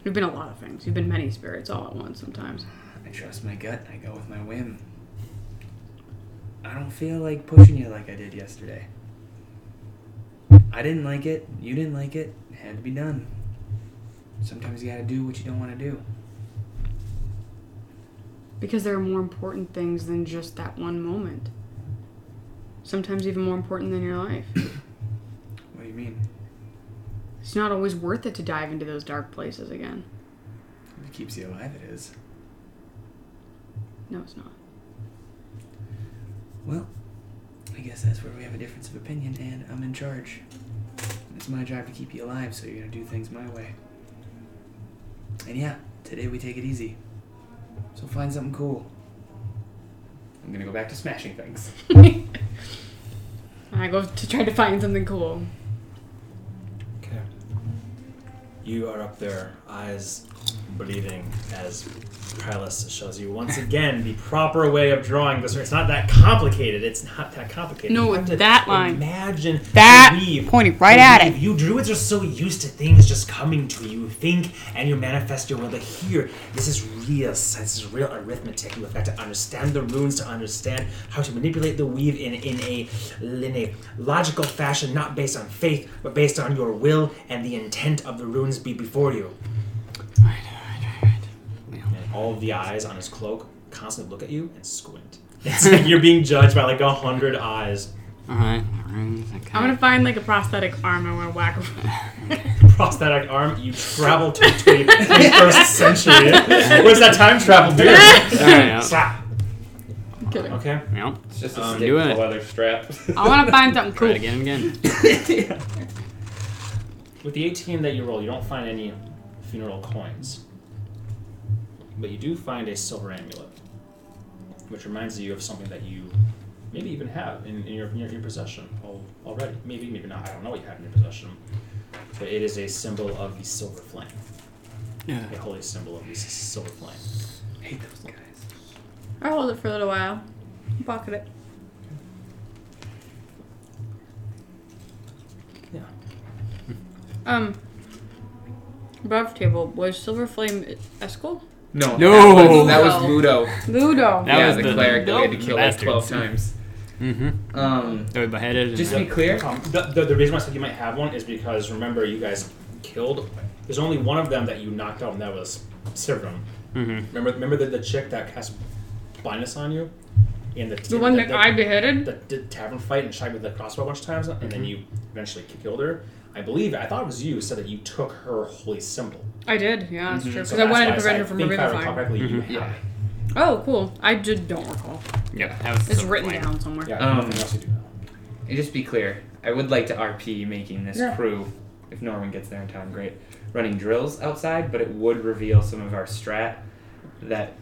Speaker 6: You've been a lot of things. You've been many spirits all at once sometimes.
Speaker 4: I trust my gut and I go with my whim. I don't feel like pushing you like I did yesterday. I didn't like it, you didn't like it, it had to be done. Sometimes you gotta do what you don't wanna do.
Speaker 6: Because there are more important things than just that one moment. Sometimes even more important than your life.
Speaker 4: What do you mean?
Speaker 6: It's not always worth it to dive into those dark places again.
Speaker 4: If it keeps you alive, it is.
Speaker 6: No, it's not.
Speaker 4: Well, I guess that's where we have a difference of opinion, and I'm in charge. It's my job to keep you alive, so you're gonna do things my way. And yeah, today we take it easy. So find something cool. I'm gonna go back to smashing things.
Speaker 6: I go to try to find something cool.
Speaker 3: Okay. You are up there, eyes bleeding, as Pylus shows you once again the proper way of drawing this. It's not that complicated. It's not that complicated.
Speaker 6: No,
Speaker 3: You have to
Speaker 6: that line.
Speaker 3: Imagine
Speaker 10: That
Speaker 3: believe,
Speaker 10: pointing right at
Speaker 3: believe. You druids are so used to things just coming to you. You Think and you manifest your will. But here, this is real science. This is real arithmetic. You have got to understand the runes to understand how to manipulate the weave in in a in a logical fashion, not based on faith, but based on your will and the intent of the runes be before you. And all of the eyes on his cloak constantly look at you and squint. It's like you're being judged by like a hundred eyes.
Speaker 1: Alright, runes, okay.
Speaker 6: I'm gonna find like a prosthetic arm I wanna whack.
Speaker 3: Prosthetic arm, you travel to the 21st century. Where's that time travel dude?
Speaker 1: Alright, yeah.
Speaker 3: Slap.
Speaker 6: I'm kidding.
Speaker 3: Okay.
Speaker 1: Yep.
Speaker 11: It's just a
Speaker 3: Um,
Speaker 11: stick
Speaker 1: do
Speaker 11: with
Speaker 1: it.
Speaker 11: a leather strap.
Speaker 6: I wanna find something
Speaker 1: Try
Speaker 6: cool.
Speaker 1: it again and again.
Speaker 3: With the 18 that you roll, you don't find any funeral coins. But you do find a silver amulet, which reminds you of something that you maybe even have in, in your, your, your possession al- already. Maybe, maybe not. I don't know what you have in your possession. But it is a symbol of the silver flame,
Speaker 1: Yeah.
Speaker 3: a holy symbol of the s- silver flame.
Speaker 4: hate those guys.
Speaker 6: I'll hold it for a little while. Pocket it.
Speaker 3: Yeah.
Speaker 6: Um above table was Silver Flame Eskel?
Speaker 4: No.
Speaker 1: No!
Speaker 4: That was, that was
Speaker 6: No.
Speaker 4: Ludo.
Speaker 6: Ludo.
Speaker 1: That
Speaker 4: yeah,
Speaker 1: was
Speaker 4: the,
Speaker 1: the-
Speaker 4: cleric that we had to
Speaker 1: nope,
Speaker 4: kill like
Speaker 1: bastards.
Speaker 4: 12 times.
Speaker 1: Mm-hmm.
Speaker 4: Um,
Speaker 1: They were beheaded. And
Speaker 4: just to be clear,
Speaker 3: Um, the, the, the reason why I said you might have one is because remember you guys killed. There's only one of them that you knocked out, and that was Sivrum.
Speaker 4: Mm-hmm.
Speaker 1: Mhm.
Speaker 3: Remember, remember the, the chick that cast blindness on you, and the
Speaker 6: The one
Speaker 3: the,
Speaker 6: that I beheaded?
Speaker 3: the, the tavern fight and shot you with the crossbow a bunch of times,
Speaker 4: Mm-hmm.
Speaker 3: and then you eventually killed her. I believe I thought it was you said that you took her holy symbol.
Speaker 6: I did, yeah, that's true. Because
Speaker 3: Mm-hmm. So
Speaker 6: I
Speaker 3: that's
Speaker 6: wanted
Speaker 3: why
Speaker 6: to
Speaker 3: I said
Speaker 6: prevent
Speaker 3: I
Speaker 6: her from
Speaker 3: think if I
Speaker 6: river
Speaker 3: recall
Speaker 6: fire.
Speaker 3: correctly, you
Speaker 4: Yeah.
Speaker 3: have it.
Speaker 6: Oh, cool. I did don't recall.
Speaker 1: Yep. That was
Speaker 6: It's
Speaker 1: silver
Speaker 6: written
Speaker 1: flame.
Speaker 6: down somewhere.
Speaker 3: Yeah,
Speaker 4: Um,
Speaker 3: nothing else you do now.
Speaker 4: and just be clear, I would like to RP making this crew, if Norman gets there in time, great, running drills outside, but it would reveal some of our strat that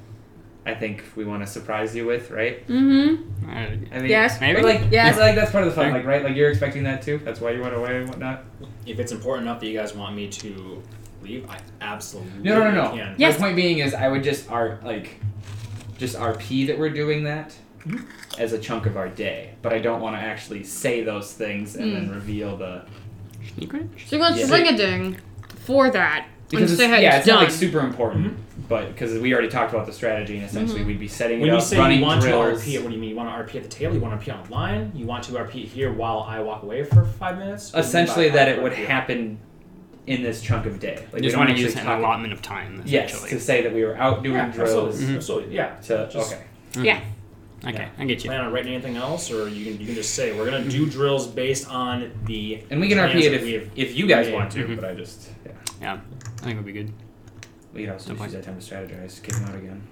Speaker 4: I think we want to surprise you with, right?
Speaker 6: Mm-hmm.
Speaker 1: Alright.
Speaker 4: I mean,
Speaker 6: Yes.
Speaker 4: but
Speaker 1: Maybe?
Speaker 4: Like,
Speaker 6: Yes.
Speaker 4: but like that's part of the fun,
Speaker 1: Sure.
Speaker 4: like right? Like you're expecting that too. That's why you went away and whatnot.
Speaker 3: If it's important enough that you guys want me to leave, I absolutely
Speaker 4: No, no, no, no.
Speaker 3: can.
Speaker 6: Yes.
Speaker 4: My point being is, I would just art like, just RP that we're doing that
Speaker 6: Mm-hmm.
Speaker 4: as a chunk of our day, but I don't want to actually say those things and
Speaker 6: Mm.
Speaker 4: then reveal the
Speaker 1: Sneak ring?
Speaker 6: So let's
Speaker 4: Yeah.
Speaker 6: ring a ding for that.
Speaker 4: because
Speaker 6: and
Speaker 4: it's,
Speaker 6: say how
Speaker 4: yeah,
Speaker 6: it's
Speaker 4: it's
Speaker 6: done.
Speaker 4: not like super important, but because we already talked about the strategy and essentially we'd be setting
Speaker 3: Mm-hmm. When
Speaker 4: it
Speaker 3: you
Speaker 4: up,
Speaker 3: say
Speaker 4: running
Speaker 3: you want
Speaker 4: drills.
Speaker 3: to RP it, what do you mean? You want to RP at the table? You want to RP online? You want to RP it here while I walk away for five minutes? What do you mean
Speaker 4: essentially,
Speaker 3: by
Speaker 4: that
Speaker 3: RP?
Speaker 4: it would happen in this chunk of day. Like
Speaker 1: You just
Speaker 4: we don't
Speaker 1: want to
Speaker 4: actually
Speaker 1: use an
Speaker 4: talk.
Speaker 1: allotment of time,
Speaker 4: Yes,
Speaker 1: essentially.
Speaker 4: to say that we were out doing
Speaker 3: Yeah,
Speaker 4: drills.
Speaker 3: absolutely, Mm-hmm. absolutely, yeah.
Speaker 4: To,
Speaker 3: Just
Speaker 4: okay.
Speaker 1: Okay,
Speaker 3: yeah.
Speaker 1: I get you.
Speaker 3: plan on writing anything else, or you can you can just say we're gonna do drills based on the.
Speaker 4: Mm-hmm. And we can
Speaker 3: plans
Speaker 4: RP it
Speaker 3: that we Mm-hmm. have-
Speaker 4: if, if you guys
Speaker 3: Yeah.
Speaker 4: want to,
Speaker 1: Mhm.
Speaker 4: but I just yeah.
Speaker 1: Yeah, I think it'll be good.
Speaker 4: We can also
Speaker 1: Don't
Speaker 4: just
Speaker 1: like
Speaker 4: use that time to strategize, kick him out again.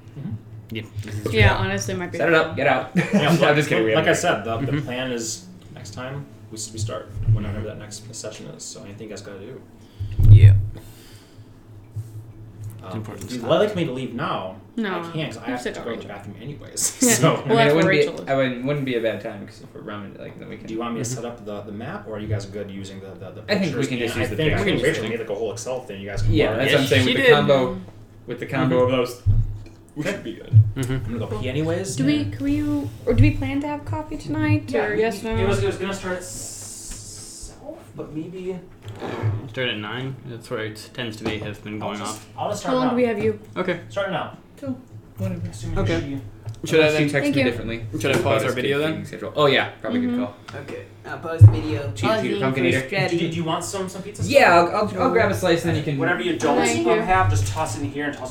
Speaker 1: Yeah.
Speaker 6: yeah, honestly, it might be.
Speaker 4: Set it up, get out.
Speaker 3: Yeah,
Speaker 4: I'm just kidding. we
Speaker 3: Like I
Speaker 4: haven't- Mm-hmm.
Speaker 3: said, the, the
Speaker 1: Mhm.
Speaker 3: plan is next time we, s- we start whenever that next session is. So anything you guys gotta do.
Speaker 1: Yeah.
Speaker 3: Um,
Speaker 1: important
Speaker 3: if you'd
Speaker 1: stuff.
Speaker 3: like me to leave now,
Speaker 6: No,
Speaker 3: I can't because I
Speaker 6: you
Speaker 3: have to
Speaker 6: said
Speaker 3: go to
Speaker 6: don't
Speaker 3: the
Speaker 6: reach.
Speaker 3: bathroom anyways.
Speaker 6: Yeah.
Speaker 3: So,
Speaker 4: I
Speaker 6: Well,
Speaker 4: mean,
Speaker 6: that's
Speaker 4: it
Speaker 6: where
Speaker 4: wouldn't
Speaker 6: Rachel
Speaker 4: be. I wouldn't, wouldn't be a bad time because if we're running, like then we can.
Speaker 3: do you want me to set up the, the map, or are you guys good using the the, the
Speaker 4: I think
Speaker 3: pictures?
Speaker 4: we can just
Speaker 3: And
Speaker 4: use
Speaker 3: I
Speaker 4: the
Speaker 3: think
Speaker 4: pictures.
Speaker 3: I think Rachel made like a whole Excel thing. You guys can
Speaker 4: yeah,
Speaker 3: learn.
Speaker 4: that's what I'm
Speaker 3: Ish.
Speaker 4: saying. With
Speaker 1: She
Speaker 4: the
Speaker 1: did.
Speaker 4: combo, with
Speaker 3: Mm-hmm.
Speaker 4: the combo of those, we should be good.
Speaker 1: Mm-hmm.
Speaker 3: I'm gonna go pee anyways.
Speaker 6: Do we? Can we? Or do we plan to have coffee tonight or yesterday?
Speaker 9: It was, it was gonna start at south, but maybe
Speaker 1: Start at nine. That's where it tends to be. Has been
Speaker 9: I'll
Speaker 1: going
Speaker 9: just,
Speaker 1: off.
Speaker 9: I'll just
Speaker 6: How
Speaker 9: start
Speaker 6: long
Speaker 9: now.
Speaker 6: do we have you?
Speaker 1: Okay.
Speaker 9: Start now.
Speaker 8: Whatever.
Speaker 9: Assuming
Speaker 1: Okay.
Speaker 9: she-
Speaker 1: Should I
Speaker 4: She
Speaker 1: then?
Speaker 4: text
Speaker 6: Thank
Speaker 4: me
Speaker 6: you.
Speaker 4: differently?
Speaker 1: Should I
Speaker 4: about
Speaker 1: pause our
Speaker 4: us
Speaker 1: video
Speaker 4: getting
Speaker 1: then?
Speaker 4: schedule. Oh yeah, probably
Speaker 6: Mhm.
Speaker 4: good call.
Speaker 2: Okay. I'll pause the video.
Speaker 4: Cheater,
Speaker 2: Pausing
Speaker 4: cheater, pumpkin
Speaker 2: for
Speaker 4: eater.
Speaker 9: Do, do
Speaker 2: strategy.
Speaker 9: you want some some pizza?
Speaker 4: Yeah, I'll, I'll, I'll grab a slice and then you can.
Speaker 9: Whatever you don't
Speaker 6: Thank you.
Speaker 9: um, have, just toss it in here and toss